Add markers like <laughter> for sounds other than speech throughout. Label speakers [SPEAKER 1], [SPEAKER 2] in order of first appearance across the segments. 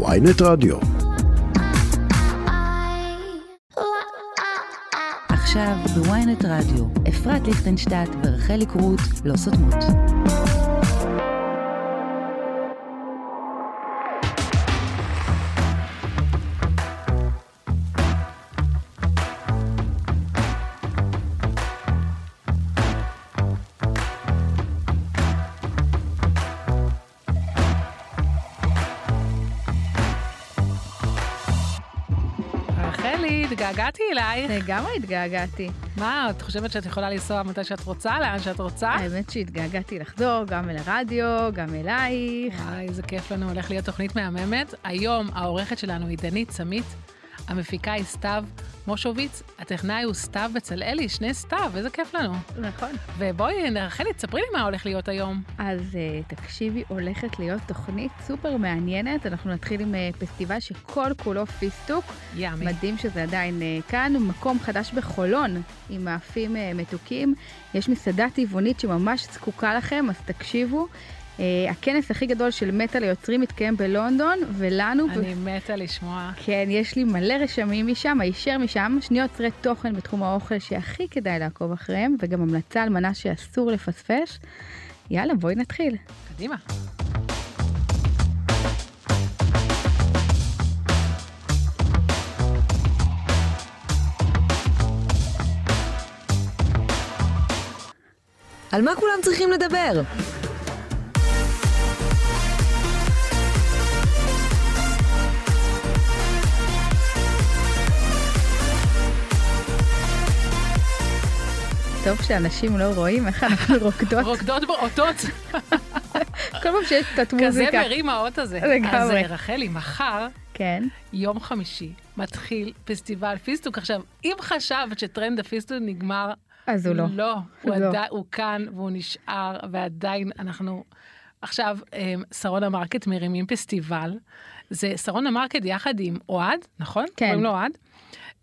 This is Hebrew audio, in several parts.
[SPEAKER 1] ויינט רדיו.
[SPEAKER 2] עכשיו בוויינט רדיו, אפרת ליכטנשטט ורחלי קרוט לא סותמות.
[SPEAKER 3] רחלי, התגעגעתי אלייך.
[SPEAKER 4] לגמרי התגעגעתי.
[SPEAKER 3] מה, את חושבת שאת יכולה לנסוע מתי שאת רוצה, לאן שאת רוצה?
[SPEAKER 4] האמת שהתגעגעתי לחזור גם אל הרדיו, גם אלייך.
[SPEAKER 3] וואי, איזה כיף לנו, הולך להיות תוכנית מהממת. היום העורכת שלנו היא דנית סמית, המפיקה היא סתיו מושוביץ, הטכנאי הוא סתיו בצלאלי, שני סתיו, איזה כיף לנו.
[SPEAKER 4] נכון.
[SPEAKER 3] ובואי, רחלי, תספרי לי מה הולך להיות היום.
[SPEAKER 4] אז אה, תקשיבי, הולכת להיות תוכנית סופר מעניינת. אנחנו נתחיל עם אה, פסטיבל שכל כולו פיסטוק.
[SPEAKER 3] ימי.
[SPEAKER 4] מדהים שזה עדיין אה, כאן. מקום חדש בחולון עם מאפים אה, מתוקים. יש מסעדה טבעונית שממש זקוקה לכם, אז תקשיבו. אה, הכנס הכי גדול של מטא ליוצרים מתקיים בלונדון, ולנו...
[SPEAKER 3] אני מתה לשמוע.
[SPEAKER 4] כן, יש לי מלא רשמים משם, הישר משם, שני יוצרי תוכן בתחום האוכל שהכי כדאי לעקוב אחריהם, וגם המלצה על מנה שאסור לפספס. יאללה, בואי נתחיל.
[SPEAKER 3] קדימה.
[SPEAKER 4] אוקיי.
[SPEAKER 5] על מה כולם צריכים לדבר?
[SPEAKER 4] טוב שאנשים לא רואים
[SPEAKER 3] <laughs>
[SPEAKER 4] איך אנחנו רוקדות.
[SPEAKER 3] רוקדות באותות,
[SPEAKER 4] כל פעם שיש קצת
[SPEAKER 3] כזה
[SPEAKER 4] מוזיקה.
[SPEAKER 3] מרים האות הזה.
[SPEAKER 4] לגמרי.
[SPEAKER 3] אז אה, רחלי, מחר
[SPEAKER 4] כן,
[SPEAKER 3] יום חמישי מתחיל פסטיבל פיסטוק. עכשיו, אם חשבת שטרנד הפיסטוק נגמר,
[SPEAKER 4] אז הוא לא.
[SPEAKER 3] לא, הוא,
[SPEAKER 4] לא.
[SPEAKER 3] עדי, הוא כאן והוא נשאר, ועדיין אנחנו... עכשיו, אמ, שרונה מרקט מרימים פסטיבל. זה שרונה מרקט יחד עם אוהד, נכון?
[SPEAKER 4] כן.
[SPEAKER 3] קוראים לו אוהד.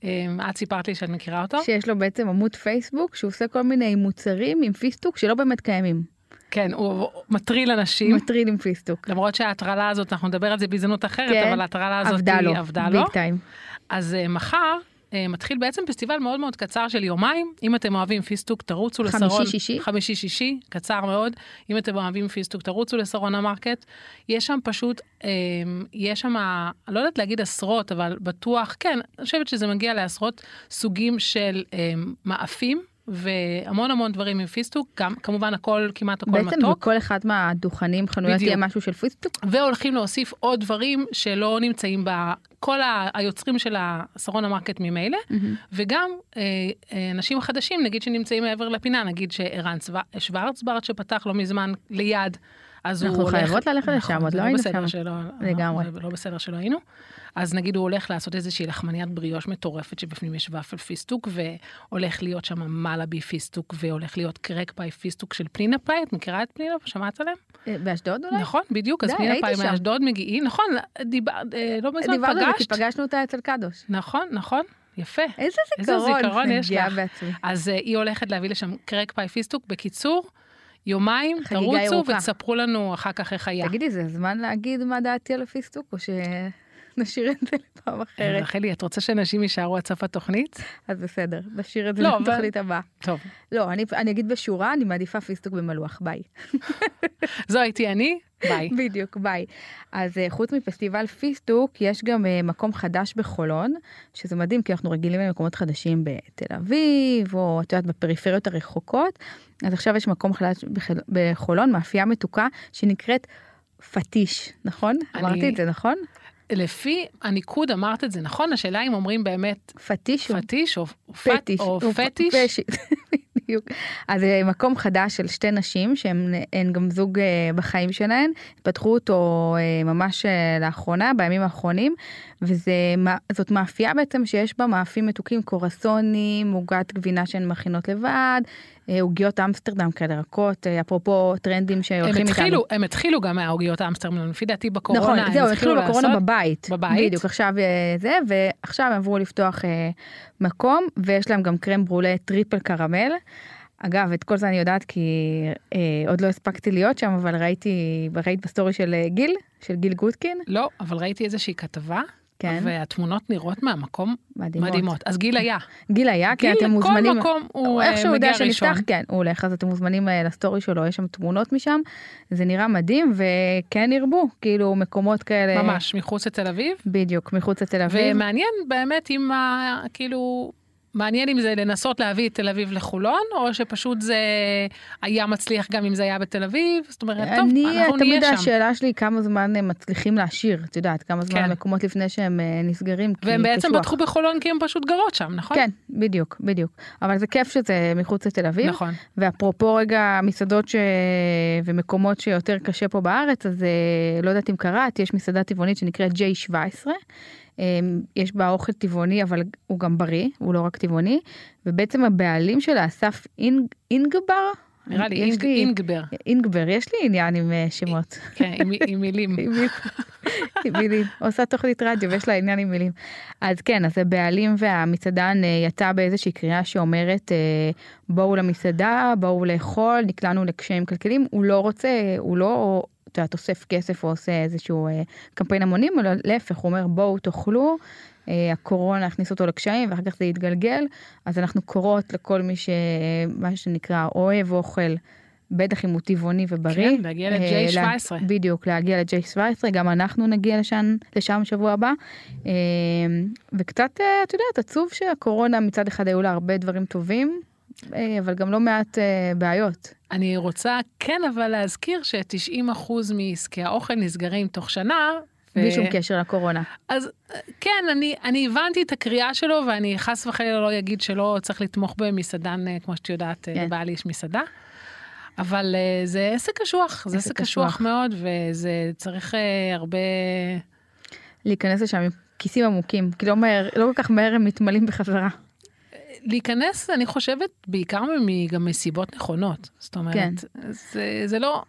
[SPEAKER 3] אמ, את סיפרת לי שאת מכירה אותו.
[SPEAKER 4] שיש לו בעצם עמוד פייסבוק, שהוא עושה כל מיני מוצרים עם פיסטוק שלא באמת קיימים.
[SPEAKER 3] כן, הוא מטריל אנשים.
[SPEAKER 4] מטריד עם פיסטוק.
[SPEAKER 3] למרות שההטרלה הזאת, אנחנו נדבר על זה בהזדמנות אחרת,
[SPEAKER 4] כן,
[SPEAKER 3] אבל ההטרלה הזאת
[SPEAKER 4] עבדה
[SPEAKER 3] היא
[SPEAKER 4] לו,
[SPEAKER 3] עבדה לו.
[SPEAKER 4] ביג טיים.
[SPEAKER 3] אז אה, מחר אה, מתחיל בעצם פסטיבל מאוד מאוד קצר של יומיים. אם אתם אוהבים פיסטוק, תרוצו
[SPEAKER 4] חמישי,
[SPEAKER 3] לשרון.
[SPEAKER 4] שישי?
[SPEAKER 3] חמישי שישי, קצר מאוד. אם אתם אוהבים פיסטוק, תרוצו לשרון המרקט. יש שם פשוט, אה, יש שם, אני לא יודעת להגיד עשרות, אבל בטוח, כן, אני חושבת שזה מגיע לעשרות סוגים של אה, מאפים. והמון המון דברים עם פיסטוק, גם כמובן הכל, כמעט הכל
[SPEAKER 4] בעצם
[SPEAKER 3] מתוק.
[SPEAKER 4] בכל אחד מהדוכנים, חנויות,
[SPEAKER 3] בדיוק.
[SPEAKER 4] יהיה משהו של פיסטוק.
[SPEAKER 3] והולכים להוסיף עוד דברים שלא נמצאים ב... כל ה- היוצרים של השרון המרקט ממילא, וגם אה, אה, אנשים חדשים, נגיד שנמצאים מעבר לפינה, נגיד שערן צו- שוורצברט שפתח לא מזמן ליד, אז הוא
[SPEAKER 4] אנחנו
[SPEAKER 3] הולך...
[SPEAKER 4] חייבות ללכת לשם,
[SPEAKER 3] נכון,
[SPEAKER 4] עוד
[SPEAKER 3] זה
[SPEAKER 4] לא היינו
[SPEAKER 3] בסדר
[SPEAKER 4] שם.
[SPEAKER 3] שלא,
[SPEAKER 4] לגמרי.
[SPEAKER 3] זה לא בסדר שלא היינו. אז נגיד הוא הולך לעשות איזושהי לחמניית בריאוש מטורפת שבפנים יש ופל פיסטוק, והולך להיות שם מלאבי פיסטוק, והולך להיות קרק פאי פיסטוק של פנינה פאי, את מכירה את פנינה? שמעת עליהם?
[SPEAKER 4] אה, באשדוד אולי?
[SPEAKER 3] נכון, בדיוק, אז
[SPEAKER 4] די,
[SPEAKER 3] פנינה
[SPEAKER 4] הייתי
[SPEAKER 3] פאי
[SPEAKER 4] שם.
[SPEAKER 3] מאשדוד מגיעים, נכון, דיבר, אה, לא מזמן
[SPEAKER 4] דיברנו על זה כי
[SPEAKER 3] פגשת.
[SPEAKER 4] פגשנו אותה אצל קדוש.
[SPEAKER 3] נכון, נכון, יפה.
[SPEAKER 4] איזה
[SPEAKER 3] איזה
[SPEAKER 4] זיכרון,
[SPEAKER 3] זיכרון יש
[SPEAKER 4] נגיעה
[SPEAKER 3] לך.
[SPEAKER 4] בעצמי.
[SPEAKER 3] אז אה, היא הולכת להביא לשם קרק פאי פיסטוק, בקיצור, יומיים,
[SPEAKER 4] חגיגה
[SPEAKER 3] תרוצו
[SPEAKER 4] ירוקה.
[SPEAKER 3] ותספרו לנו אחר כך איך היה.
[SPEAKER 4] תגידי, זה הזמן להגיד מה דעתי על הפיסטוק, או שנשאיר את זה לפעם
[SPEAKER 3] אה,
[SPEAKER 4] אחרת?
[SPEAKER 3] רחלי, את רוצה שאנשים יישארו עד סוף התוכנית?
[SPEAKER 4] אז בסדר, נשאיר את זה
[SPEAKER 3] לא, אבל-
[SPEAKER 4] לתוכנית הבאה.
[SPEAKER 3] טוב,
[SPEAKER 4] לא, אני- אני אגיד בשורה, אני מעדיפה פיסטוק במלוח, ביי.
[SPEAKER 3] זו הייתי אני,
[SPEAKER 4] <laughs>
[SPEAKER 3] ביי.
[SPEAKER 4] בדיוק, ביי. אז אה, חוץ מפסטיבל פיסטוק, יש גם אה, מקום חדש בחולון, שזה מדהים, כי אנחנו רגילים למקומות חדשים בתל אביב, או את יודעת, בפריפריות הרחוקות. אז עכשיו יש מקום חדש בחל- בחולון, מאפייה מתוקה, שנקראת פטיש, נכון?
[SPEAKER 3] אני-
[SPEAKER 4] אמרתי את זה, נכון?
[SPEAKER 3] לפי הניקוד אמרת את זה, נכון? השאלה אם אומרים באמת
[SPEAKER 4] פטיש. הוא
[SPEAKER 3] פטיש או פט-
[SPEAKER 4] פטיש.
[SPEAKER 3] או
[SPEAKER 4] הוא-
[SPEAKER 3] פטיש.
[SPEAKER 4] פשי, <laughs> בדיוק. אז אה, מקום חדש של שתי נשים שהן הן גם זוג אה, בחיים שלהן, פתחו אותו אה, ממש אה, לאחרונה, בימים האחרונים, וזאת מאפייה בעצם שיש בה מאפים מתוקים, קורסונים, עוגת גבינה שהן מכינות לבד, אה, עוגיות אמסטרדם כאלה רכות, אה, אפרופו טרנדים שהולכים
[SPEAKER 3] הם
[SPEAKER 4] איתנו.
[SPEAKER 3] התחילו, הם התחילו גם מהעוגיות האמסטרמן, לפי דעתי בקורונה,
[SPEAKER 4] נכון,
[SPEAKER 3] הם
[SPEAKER 4] זהו, הם
[SPEAKER 3] התחילו
[SPEAKER 4] התחילו בקורונה
[SPEAKER 3] לעשות.
[SPEAKER 4] בבית.
[SPEAKER 3] בבית.
[SPEAKER 4] בדיוק, עכשיו אה, זה, ועכשיו הם עברו לפתוח אה, מקום, ויש להם גם קרם ברולה טריפל קרמל. אגב, את כל זה אני יודעת כי אה, עוד לא הספקתי להיות שם, אבל ראיתי, ראית בסטורי של אה, גיל, של גיל גוטקין.
[SPEAKER 3] לא, אבל ראיתי איזושהי כתבה,
[SPEAKER 4] כן,
[SPEAKER 3] והתמונות נראות מהמקום
[SPEAKER 4] מדהימות.
[SPEAKER 3] מדהימות. אז גיל היה.
[SPEAKER 4] גיל היה, כי
[SPEAKER 3] גיל,
[SPEAKER 4] אתם מוזמנים...
[SPEAKER 3] כל מקום הוא אה,
[SPEAKER 4] איך שהוא
[SPEAKER 3] מגיע
[SPEAKER 4] יודע
[SPEAKER 3] ראשון.
[SPEAKER 4] שנפתח, כן, הוא הולך, אז אתם מוזמנים אה, לסטורי שלו, יש שם תמונות משם, זה נראה מדהים, וכן ירבו, כאילו מקומות כאלה.
[SPEAKER 3] ממש, מחוץ לתל אביב.
[SPEAKER 4] בדיוק, מחוץ לתל אביב.
[SPEAKER 3] ומעניין באמת אם, ה- כאילו, מעניין אם זה לנסות להביא את תל אביב לחולון, או שפשוט זה היה מצליח גם אם זה היה בתל אביב. זאת אומרת, אה, טוב,
[SPEAKER 4] אני,
[SPEAKER 3] אנחנו
[SPEAKER 4] תמיד
[SPEAKER 3] נהיה שם.
[SPEAKER 4] השאלה שלי כמה זמן הם מצליחים להשאיר, את יודעת, כמה זמן
[SPEAKER 3] כן.
[SPEAKER 4] המקומות לפני שהם אה, נסגרים. כי
[SPEAKER 3] והם בעצם
[SPEAKER 4] קשוח.
[SPEAKER 3] פתחו בחולון כי הם פשוט גרות שם, נכון?
[SPEAKER 4] כן, בדיוק, בדיוק. אבל זה כיף שזה מחוץ לתל אביב.
[SPEAKER 3] נכון.
[SPEAKER 4] ואפרופו רגע מסעדות ש... ומקומות שיותר קשה פה בארץ, אז אה, לא יודעת אם קראת, יש מסעדה טבעונית שנקראת J17. אה, יש בה אוכל טבעוני, אבל הוא גם בריא, הוא לא רק טבעוני. ובעצם הבעלים שלה, אסף אינג... אינגבר?
[SPEAKER 3] נראה לי
[SPEAKER 4] יש
[SPEAKER 3] אינג-
[SPEAKER 4] <laughs>
[SPEAKER 3] אינגבר,
[SPEAKER 4] אינגבר, יש לי עניין עם אה, שמות.
[SPEAKER 3] כן, עם- עם מילים.
[SPEAKER 4] עם מילים. <laughs> עם מילים. עושה תוכנית רדיו ויש לה עניין עם מילים. אז כן, אז הבעלים והמצעדן אה, יצא באיזושהי קריאה שאומרת, אה, בואו למסעדה, בואו לאכול, נקלענו לקשיים כלכליים. הוא לא רוצה, הוא לא, את יודעת, אוסף כסף או עושה איזשהו אה, קמפיין המונים, אלא להפך, הוא אומר, בואו תאכלו. אה, הקורונה הכניס אותו לקשיים ואחר כך זה יתגלגל, אז אנחנו קוראות לכל מי שמה שנקרא אוהב אוכל, בטח אם הוא טבעוני ובריא.
[SPEAKER 3] כן, להגיע
[SPEAKER 4] אה,
[SPEAKER 3] ל-J17.
[SPEAKER 4] לה- בדיוק, להגיע לג'יי 17, גם אנחנו נגיע לשם, לשם שבוע הבא. אה, וקצת, אה, את יודעת, עצוב שהקורונה מצד אחד היו לה הרבה דברים טובים, אה, אבל גם לא מעט אה, בעיות.
[SPEAKER 3] אני רוצה כן אבל להזכיר ש-90% מעסקי האוכל נסגרים תוך שנה. ו-
[SPEAKER 4] בלי שום קשר לקורונה.
[SPEAKER 3] אז אה, כן, אני, אני הבנתי את הקריאה שלו, ואני חס וחלילה לא אגיד שלא צריך לתמוך במסעדן, אה, כמו שאת יודעת,
[SPEAKER 4] כן.
[SPEAKER 3] כן. לבעלי יש מסעדה. אבל אה, זה עסק קשוח, זה
[SPEAKER 4] עסק
[SPEAKER 3] עסק קשוח
[SPEAKER 4] קשוח.
[SPEAKER 3] מאוד, וזה צריך אה, הרבה...
[SPEAKER 4] להיכנס לשם עם כיסים עמוקים, כי לא מהר, לא כל כך מהר הם מתמלאים בחזרה.
[SPEAKER 3] להיכנס, אני חושבת, בעיקר מ- גם מסיבות נכונות. זאת אומרת,
[SPEAKER 4] כן.
[SPEAKER 3] זה, זה לא...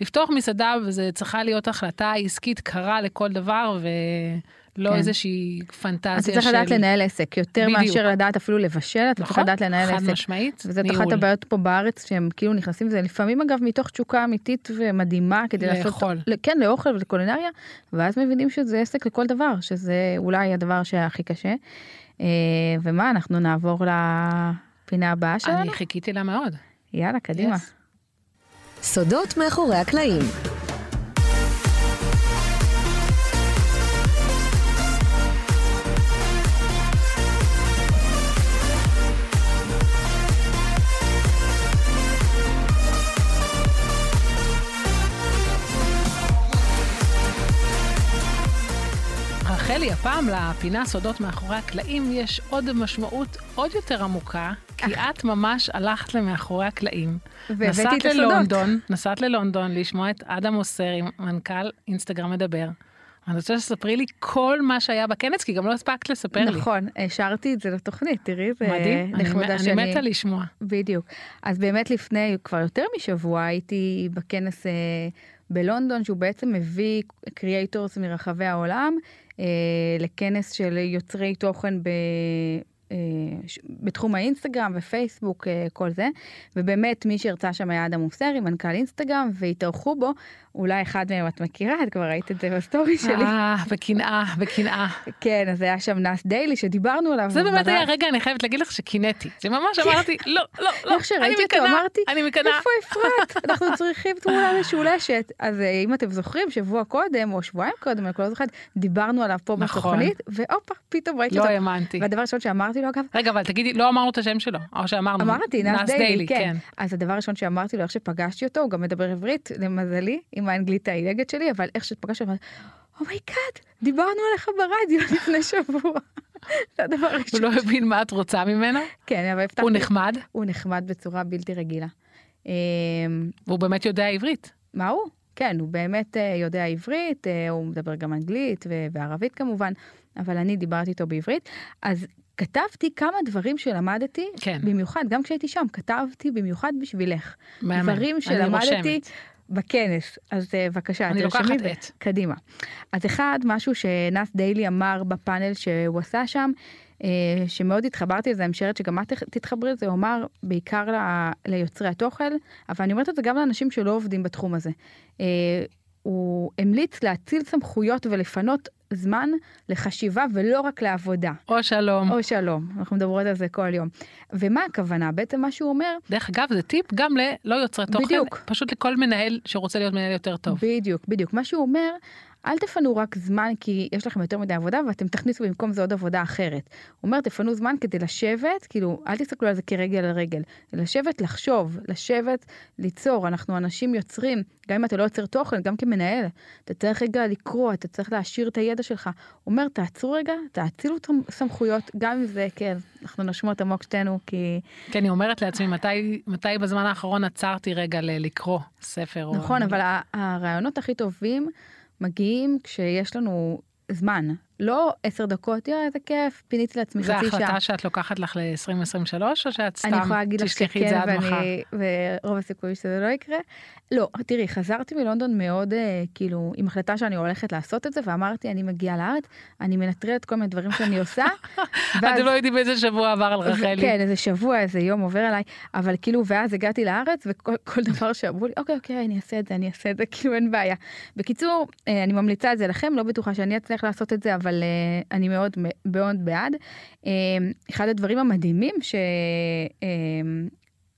[SPEAKER 3] לפתוח מסעדה, וזה צריכה להיות החלטה עסקית קרה לכל דבר, ולא
[SPEAKER 4] כן.
[SPEAKER 3] איזושהי פנטזיה
[SPEAKER 4] אתה
[SPEAKER 3] של...
[SPEAKER 4] צריך לדעת לנהל עסק, יותר
[SPEAKER 3] בדיוק.
[SPEAKER 4] מאשר לדעת אפילו לבשל, אתה צריך
[SPEAKER 3] נכון?
[SPEAKER 4] לדעת לנהל
[SPEAKER 3] חד
[SPEAKER 4] עסק.
[SPEAKER 3] משמעית,
[SPEAKER 4] וזאת אחת
[SPEAKER 3] ניהול.
[SPEAKER 4] הבעיות פה בארץ שהם כאילו נכנסים לזה לפעמים אגב מתוך תשוקה אמיתית ומדהימה כדי
[SPEAKER 3] לאכול.
[SPEAKER 4] לעשות כן לאוכל ולקולינריה ואז מבינים שזה עסק לכל דבר שזה אולי הדבר שהכי קשה. אה, ומה אנחנו נעבור לפינה הבאה שלנו
[SPEAKER 3] אני חיכיתי לה מאוד.
[SPEAKER 4] יאללה קדימה.
[SPEAKER 3] Yes.
[SPEAKER 1] סודות מאחורי הקלעים.
[SPEAKER 3] רחלי, הפעם לפינה סודות מאחורי הקלעים יש עוד משמעות עוד יותר עמוקה, כי את ממש הלכת למאחורי הקלעים.
[SPEAKER 4] אה. והבאתי
[SPEAKER 3] נסעת
[SPEAKER 4] את הסודות.
[SPEAKER 3] ללונדון, נסעת ללונדון לשמוע את אדם מוסרי, מנכ"ל אינסטגרם מדבר. אני רוצה שתספרי לי כל מה שהיה בכנס, כי גם לא הספקת לספר לי.
[SPEAKER 4] נכון אה, השארתי את זה לתוכנית תראי זה
[SPEAKER 3] מדהים, אני-
[SPEAKER 4] נחמדה
[SPEAKER 3] אני
[SPEAKER 4] שאני
[SPEAKER 3] מתה לשמוע.
[SPEAKER 4] בדיוק. אז באמת לפני כבר יותר משבוע הייתי בכנס אה, בלונדון, שהוא בעצם מביא קריאייטורס מרחבי העולם אה, לכנס של יוצרי תוכן ב... אה, ש- בתחום האינסטגרם ופייסבוק, אה, כל זה. ובאמת, מי שהרצה שם היה אדם מוסרי, מנכ"ל אינסטגרם, והתארחו בו. אולי אחד מהם את מכירה, את כבר ראית את זה בסטורי שלי.
[SPEAKER 3] אה, בקנאה, בקנאה.
[SPEAKER 4] <laughs> כן, אז היה שם נס דיילי שדיברנו עליו.
[SPEAKER 3] זה באמת
[SPEAKER 4] ברק.
[SPEAKER 3] היה רגע, אני חייבת להגיד לך שקינאתי. זה ממש אמרתי, לא, לא, לא,
[SPEAKER 4] איך
[SPEAKER 3] אני
[SPEAKER 4] שראיתי אותו
[SPEAKER 3] מקנאה,
[SPEAKER 4] אמרתי,
[SPEAKER 3] אני מקנאה.
[SPEAKER 4] איפה אפרת? <laughs> אנחנו צריכים תמונה משולשת. אז אה, אם אתם זוכרים, שבוע קודם או שבועיים קודם, אני כבר לא זוכרת, דיברנו עליו פה
[SPEAKER 3] נכון.
[SPEAKER 4] בתוכנית, והופה, פתאום ראיתי
[SPEAKER 3] לא
[SPEAKER 4] אותו.
[SPEAKER 3] האמנתי.
[SPEAKER 4] והדבר הראשון שאמרתי לו, אגב,
[SPEAKER 3] רגע, אבל תגידי, לא אמרנו את השם שלו, או שאמרנו.
[SPEAKER 4] אמרתי, נס דיילי, כן. אז הדבר הראשון שאמרתי לו, איך שפגשתי אותו, הוא גם מדבר עברית, למזלי, עם האנגלית העילגת שלי, אבל איך שפגשתי אותו, אמרתי, אומייגאד, דיברנו עליך ברדיו <laughs> לפני שבוע. זה הדבר
[SPEAKER 3] הוא לא
[SPEAKER 4] הראשון.
[SPEAKER 3] הבין מה את רוצה ממנו,
[SPEAKER 4] כן, אבל הבטחתי,
[SPEAKER 3] הוא נחמד,
[SPEAKER 4] הוא נחמד בצורה בלתי רגילה. אמ,
[SPEAKER 3] והוא באמת יודע עברית.
[SPEAKER 4] מה הוא? כן, הוא באמת אה, יודע עברית, אה, הוא מדבר גם אנגלית ו- וערבית כמובן, אבל אני דיברתי איתו בעברית. אז כתבתי כמה דברים שלמדתי,
[SPEAKER 3] כן.
[SPEAKER 4] במיוחד, גם כשהייתי שם, כתבתי במיוחד בשבילך.
[SPEAKER 3] מהמם.
[SPEAKER 4] דברים
[SPEAKER 3] אני
[SPEAKER 4] שלמדתי
[SPEAKER 3] רושמת.
[SPEAKER 4] בכנס, אז אה, בבקשה,
[SPEAKER 3] אני
[SPEAKER 4] תרשמי
[SPEAKER 3] לוקחת
[SPEAKER 4] ו-
[SPEAKER 3] את.
[SPEAKER 4] קדימה. אז אחד, משהו שנס דיילי אמר בפאנל שהוא עשה שם, אה, שמאוד התחברתי לזה, אני משערת שגם את תח- תתחברי לזה, הוא אמר בעיקר ל- ליוצרי התוכן, אבל אני אומרת את זה גם לאנשים שלא עובדים בתחום הזה. אה, הוא המליץ להציל סמכויות ולפנות זמן לחשיבה ולא רק לעבודה.
[SPEAKER 3] או שלום.
[SPEAKER 4] או שלום, אנחנו מדברות על זה כל יום. ומה הכוונה? בעצם מה שהוא אומר,
[SPEAKER 3] דרך אגב, זה טיפ גם ללא יוצרי תוכן,
[SPEAKER 4] בדיוק.
[SPEAKER 3] פשוט לכל מנהל שרוצה להיות מנהל יותר טוב.
[SPEAKER 4] בדיוק, בדיוק. מה שהוא אומר, אל תפנו רק זמן כי יש לכם יותר מדי עבודה ואתם תכניסו במקום זה עוד עבודה אחרת. הוא אומר, תפנו זמן כדי לשבת, כאילו, אל תסתכלו על זה כרגל על רגל. לשבת, לחשוב, לשבת, ליצור. אנחנו אנשים יוצרים, גם אם אתה לא יוצר תוכן, גם כמנהל. אתה צריך רגע לקרוא, אתה צריך להעשיר את הידע שלך. הוא אומר, תעצרו רגע, תאצילו את הסמכויות, גם אם זה, כן, אנחנו נושמות עמוק שתינו, כי...
[SPEAKER 3] כי אני אומרת לעצמי, מתי, מתי בזמן האחרון עצרתי רגע ל- לקרוא ספר? או-
[SPEAKER 4] נכון, אבל ה- הרעיונות הכי טובים מגיעים כשיש לנו זמן. לא עשר דקות, יואי, איזה כיף, פיניתי לעצמי
[SPEAKER 3] זו
[SPEAKER 4] חצי שעה.
[SPEAKER 3] החלטה שאת לוקחת לך ל-2023, או שאת
[SPEAKER 4] אני
[SPEAKER 3] סתם
[SPEAKER 4] יכולה להגיד לך
[SPEAKER 3] תשלחי את זה
[SPEAKER 4] שכן,
[SPEAKER 3] עד מחר?
[SPEAKER 4] ואני, ורוב הסיכויים שזה לא יקרה. לא, תראי, חזרתי מלונדון מאוד, אה, כאילו, עם החלטה שאני הולכת לעשות את זה, ואמרתי, אני מגיעה לארץ, אני מנטרלת כל מיני דברים שאני עושה.
[SPEAKER 3] <laughs>
[SPEAKER 4] ואז-
[SPEAKER 3] אתם לא יודעים איזה שבוע עבר על
[SPEAKER 4] ו-
[SPEAKER 3] רחלי.
[SPEAKER 4] כן, איזה שבוע, איזה יום עובר עליי, אבל כאילו, ואז הגעתי לארץ, וכל כל דבר שאמרו לי, אוקיי, אוקיי, אני אעשה את זה, אני אעשה את זה, <laughs> כאילו, אין בעיה. בקיצור, אה, אני ממליצה את זה לכם, לא בטוחה שאני אצליח לעשות את זה, אבל אה, אני מאוד מ- מאוד בעד. אה, אחד הדברים המדהימים ש... אה,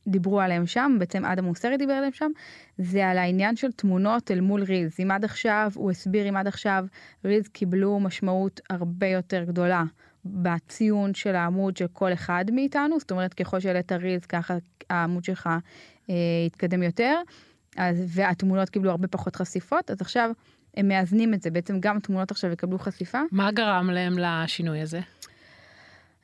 [SPEAKER 4] דיברו עליהם שם, בעצם אדם מוסרי דיבר עליהם שם, זה על העניין של תמונות אל מול רילס. אם עד עכשיו, הוא הסביר אם עד עכשיו, רילס קיבלו משמעות הרבה יותר גדולה בציון של העמוד של כל אחד מאיתנו, זאת אומרת ככל שהעלית רילס ככה העמוד שלך אה, יתקדם יותר, אז, והתמונות קיבלו הרבה פחות חשיפות, אז עכשיו הם מאזנים את זה, בעצם גם תמונות עכשיו יקבלו חשיפה.
[SPEAKER 3] מה גרם להם לשינוי הזה?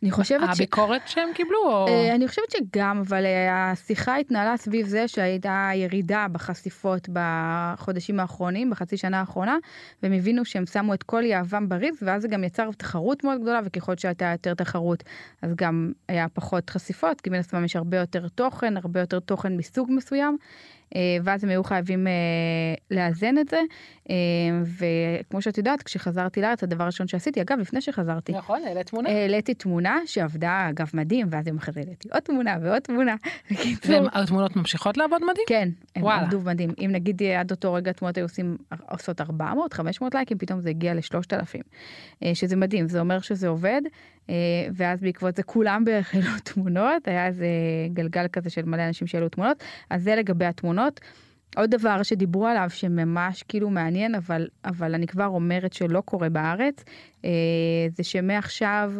[SPEAKER 4] אני חושבת ש...
[SPEAKER 3] הביקורת שהם קיבלו? או-
[SPEAKER 4] אה, אני חושבת שגם, אבל אה, השיחה התנהלה סביב זה שהייתה ירידה בחשיפות בחודשים האחרונים, בחצי שנה האחרונה, והם הבינו שהם שמו את כל יהבם בריז, ואז זה גם יצר תחרות מאוד גדולה, וככל שהייתה יותר תחרות, אז גם היה פחות חשיפות, כי מן הסתם יש הרבה יותר תוכן, הרבה יותר תוכן מסוג מסוים. אה, ואז הם היו חייבים אה, לאזן את זה, אה, וכמו שאת יודעת, כשחזרתי לארץ, הדבר הראשון שעשיתי, אגב, לפני שחזרתי,
[SPEAKER 3] נכון, העלית תמונה.
[SPEAKER 4] העליתי תמונה שעבדה אגב מדהים ואז יום אחרי זה העליתי עוד תמונה ועוד תמונה. בקיצור,
[SPEAKER 3] והם- התמונות ממשיכות לעבוד מדהים?
[SPEAKER 4] כן, הם
[SPEAKER 3] וואלה.
[SPEAKER 4] עבדו מדהים. אם נגיד אה, עד אותו רגע תמונות היו עושים, עושות 400, 500 לייקים, פתאום זה הגיע ל-3,000. שזה מדהים, זה אומר שזה עובד, אה, ואז בעקבות זה כולם בערך העלו <laughs> תמונות, היה איזה גלגל כזה של מלא אנשים שהעלו תמונות, אז זה לגבי התמונות. עוד דבר שדיברו עליו שממש כאילו מעניין, אבל, אבל אני כבר אומרת שלא קורה בארץ, אה, זה שמעכשיו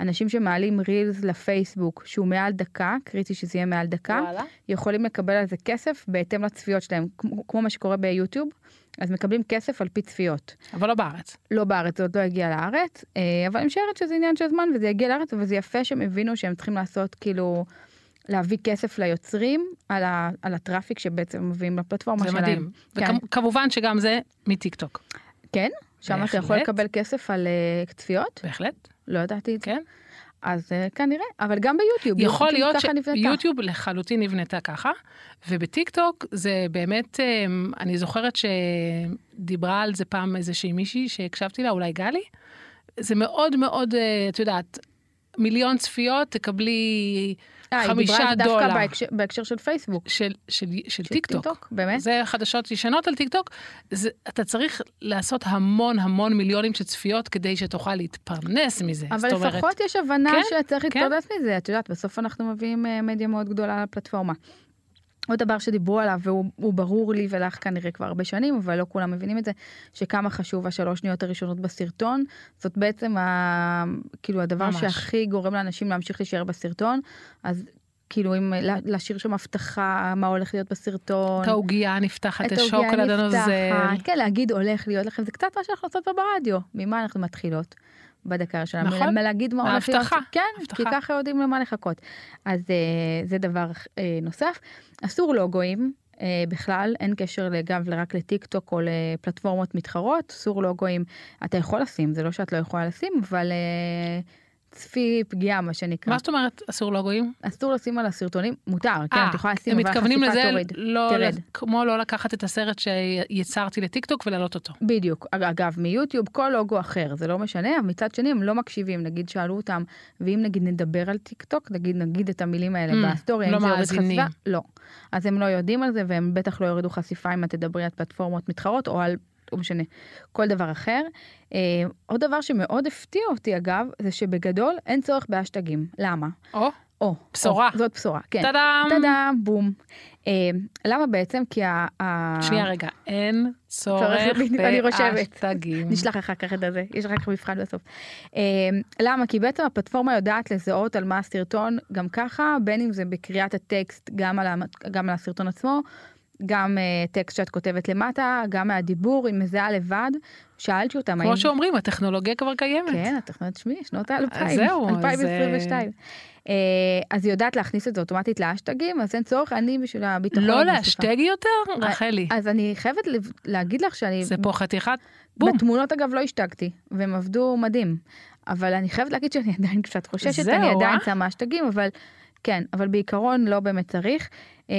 [SPEAKER 4] אנשים שמעלים רילס לפייסבוק שהוא מעל דקה, קריטי שזה יהיה מעל דקה, יכולים לקבל על זה כסף בהתאם לצפיות שלהם, כמו, כמו מה שקורה ביוטיוב, אז מקבלים כסף על פי צפיות.
[SPEAKER 3] אבל לא בארץ.
[SPEAKER 4] לא בארץ, זה עוד לא הגיע לארץ, אה, אבל אני משערת שזה עניין של זמן וזה יגיע לארץ, אבל זה יפה שהם הבינו שהם צריכים לעשות כאילו, להביא כסף ליוצרים על, ה, על הטראפיק שבעצם מביאים לפלטפורמה
[SPEAKER 3] זה
[SPEAKER 4] שלהם.
[SPEAKER 3] מדהים. וכמובן שגם זה מטיקטוק.
[SPEAKER 4] כן? שם אתה יכול
[SPEAKER 3] בהחלט.
[SPEAKER 4] לקבל כסף על אה, צפיות?
[SPEAKER 3] בהחלט,
[SPEAKER 4] לא ידעתי את זה.
[SPEAKER 3] כן.
[SPEAKER 4] אז אה, כנראה, אבל גם ביוטיוב.
[SPEAKER 3] יכול
[SPEAKER 4] יוטיוב
[SPEAKER 3] להיות
[SPEAKER 4] ככה נבנתה.
[SPEAKER 3] שיוטיוב לחלוטין נבנתה ככה, ובטיק טוק זה באמת, אמ, אני זוכרת שדיברה על זה פעם איזושהי מישהי שהקשבתי לה, אולי גלי, זה מאוד מאוד, אה, את יודעת, מיליון צפיות, תקבלי
[SPEAKER 4] אה, היא דיברה
[SPEAKER 3] חמישה
[SPEAKER 4] על זה
[SPEAKER 3] דולר
[SPEAKER 4] דווקא בהקשר- בהקשר של פייסבוק.
[SPEAKER 3] של, של, של
[SPEAKER 4] של
[SPEAKER 3] טיק טוק.
[SPEAKER 4] באמת?
[SPEAKER 3] זה חדשות ישנות על טיקטוק, זה, אתה צריך לעשות המון המון מיליונים של צפיות כדי שתוכל להתפרנס מזה.
[SPEAKER 4] אבל
[SPEAKER 3] זאת אומרת,
[SPEAKER 4] לפחות יש הבנה
[SPEAKER 3] כן,
[SPEAKER 4] שצריך
[SPEAKER 3] כן.
[SPEAKER 4] להתפרנס מזה, את יודעת, בסוף אנחנו מביאים אה, מדיה מאוד גדולה לפלטפורמה. עוד דבר שדיברו עליו, והוא הוא ברור לי ולך כנראה כבר הרבה שנים, אבל לא כולם מבינים את זה, שכמה חשוב השלוש שניות הראשונות בסרטון, זאת בעצם ה, כאילו הדבר
[SPEAKER 3] ממש.
[SPEAKER 4] ממש. שהכי גורם לאנשים להמשיך להישאר בסרטון, אז כאילו אם לה- להשאיר שם הבטחה, מה הולך להיות בסרטון.
[SPEAKER 3] את העוגייה הנפתחת,
[SPEAKER 4] את העוגיה
[SPEAKER 3] השוקולד הנוזל.
[SPEAKER 4] נפתחת, כן, להגיד הולך להיות לכם, זה קצת מה שאנחנו עושות פה ברדיו. ממה אנחנו מתחילות? בדקה הראשונה.
[SPEAKER 3] נכון.
[SPEAKER 4] מ- להגיד מה הולך להיות.
[SPEAKER 3] ההבטחה,
[SPEAKER 4] כן,
[SPEAKER 3] ההבטחה.
[SPEAKER 4] כי ככה יודעים למה לחכות. אז אה, זה דבר אה, נוסף. אסור לוגויים. אה, בכלל אין קשר לגב רק לטיק טוק או לפלטפורמות מתחרות, אסור לוגויים, אתה יכול לשים, זה לא שאת לא יכולה לשים, אבל אה, צפי פגיעה, מה שנקרא.
[SPEAKER 3] מה זאת אומרת אסור לוגויים?
[SPEAKER 4] אסור לשים על הסרטונים, מותר, כן,
[SPEAKER 3] אה,
[SPEAKER 4] את יכולה לשים,
[SPEAKER 3] הם
[SPEAKER 4] אבל
[SPEAKER 3] מתכוונים
[SPEAKER 4] החשיפה
[SPEAKER 3] לזה
[SPEAKER 4] תוריד,
[SPEAKER 3] לא,
[SPEAKER 4] תרד.
[SPEAKER 3] כמו לא לקחת את הסרט שיצרתי לטיקטוק ולהעלות אותו.
[SPEAKER 4] בדיוק. אג- אגב, מיוטיוב כל לוגו אחר, זה לא משנה, אבל מצד שני הם לא מקשיבים, נגיד שאלו אותם, ואם נגיד נדבר על טיק טוק, נגיד נגיד את המילים האלה
[SPEAKER 3] Mm,
[SPEAKER 4] בהיסטוריה,
[SPEAKER 3] לא
[SPEAKER 4] אם זה יוריד
[SPEAKER 3] מאזינים.
[SPEAKER 4] חשיפה, לא. אז הם לא יודעים על זה, והם בטח לא יורידו חשיפה אם את תדברי על פלטפורמות מתחרות, או על, לא משנה, כל דבר אחר. אה, עוד דבר שמאוד הפתיע אותי אגב, זה שבגדול אין צורך בהשטגים. למה?
[SPEAKER 3] או,
[SPEAKER 4] או,
[SPEAKER 3] בשורה.
[SPEAKER 4] או, זאת בשורה, כן.
[SPEAKER 3] טאדאם.
[SPEAKER 4] טאדאם, בום. אה, למה בעצם? כי ה... ה-
[SPEAKER 3] שנייה רגע, אין צורך
[SPEAKER 4] צורך, בדיוק, אני רושמת.
[SPEAKER 3] בהשטגים.
[SPEAKER 4] נשלח אחר כך את הזה, יש אחר כך מבחן בסוף. אמ, למה? כי בעצם הפלטפורמה יודעת לזהות על מה הסרטון גם ככה, בין אם זה בקריאת הטקסט גם על, המ- גם על הסרטון עצמו, גם אה, טקסט שאת כותבת למטה, גם מהדיבור, היא מזהה לבד. שאלתי אותם,
[SPEAKER 3] כמו שאומרים, הטכנולוגיה כבר קיימת.
[SPEAKER 4] כן, התוכנית שמי, שנות האלפיים,
[SPEAKER 3] אז זהו, אז,
[SPEAKER 4] 2022. אה, אז היא יודעת להכניס את זה אוטומטית לאשטגים, אז אין צורך, אני בשביל הביטחון.
[SPEAKER 3] לא
[SPEAKER 4] מוסיפה.
[SPEAKER 3] להשתג יותר?
[SPEAKER 4] אה,
[SPEAKER 3] רחלי,
[SPEAKER 4] אז אני חייבת לב- להגיד לך שאני
[SPEAKER 3] זה פה חתיכת בום.
[SPEAKER 4] בתמונות אגב לא השתגתי, והם עבדו מדהים. אבל אני חייבת להגיד שאני <laughs> עדיין קצת חוששת,
[SPEAKER 3] זהו,
[SPEAKER 4] אני עדיין
[SPEAKER 3] אה?
[SPEAKER 4] שמה אשטגים, אבל כן, אבל בעיקרון לא באמת צריך. אמ,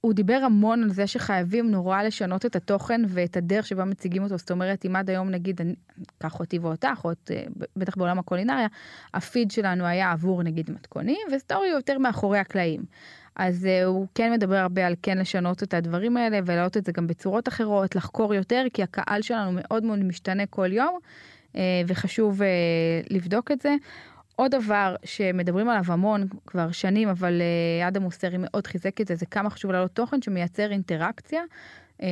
[SPEAKER 4] הוא דיבר המון על זה שחייבים נורא לשנות את התוכן ואת הדרך שבה מציגים אותו. זאת אומרת, אם עד היום נגיד, אני- קח אותי ואותך, או את, אה, ב- בטח בעולם הקולינריה, הפיד שלנו היה עבור נגיד מתכונים, וסטורי הוא יותר מאחורי הקלעים. אז אה, הוא כן מדבר הרבה על כן לשנות את הדברים האלה ולהעלות את זה גם בצורות אחרות, לחקור יותר, כי הקהל שלנו מאוד מאוד משתנה כל יום, אה, וחשוב אה, לבדוק את זה. עוד דבר שמדברים עליו המון כבר שנים, אבל אה, אדם מוסרי מאוד חיזק את זה, זה כמה חשוב להעלות תוכן שמייצר אינטראקציה. אה,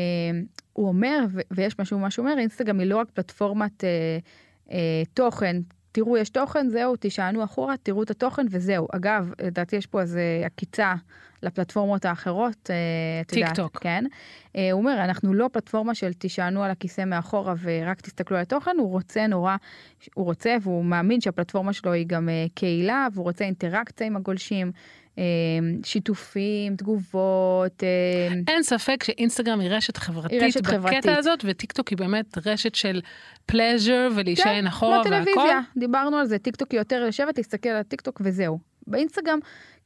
[SPEAKER 4] הוא אומר, ו- ויש משהו מה שהוא אומר, אינסטגרם היא לא רק פלטפורמת אה, אה, תוכן. תראו, יש תוכן, זהו, תישענו אחורה, תראו את התוכן וזהו. אגב, לדעתי יש פה איזו עקיצה לפלטפורמות האחרות. אה, את יודעת,
[SPEAKER 3] טיקטוק.
[SPEAKER 4] כן. אה, הוא אומר, אנחנו לא פלטפורמה של תישענו על הכיסא מאחורה ורק תסתכלו על התוכן, הוא רוצה נורא, הוא רוצה והוא מאמין שהפלטפורמה שלו היא גם אה, קהילה, והוא רוצה אינטראקציה עם הגולשים, אה, שיתופים, תגובות. אה,
[SPEAKER 3] אין ספק שאינסטגרם היא רשת חברתית
[SPEAKER 4] היא רשת חברתית.
[SPEAKER 3] בקטע הזאת, וטיקטוק היא באמת רשת של פלז'ר
[SPEAKER 4] כן,
[SPEAKER 3] ולהישען
[SPEAKER 4] כמו
[SPEAKER 3] אחורה והכל.
[SPEAKER 4] טלוויזיה, דיברנו על זה, טיקטוק יותר לשבת, להסתכל על הטיקטוק וזהו. באינסטגרם,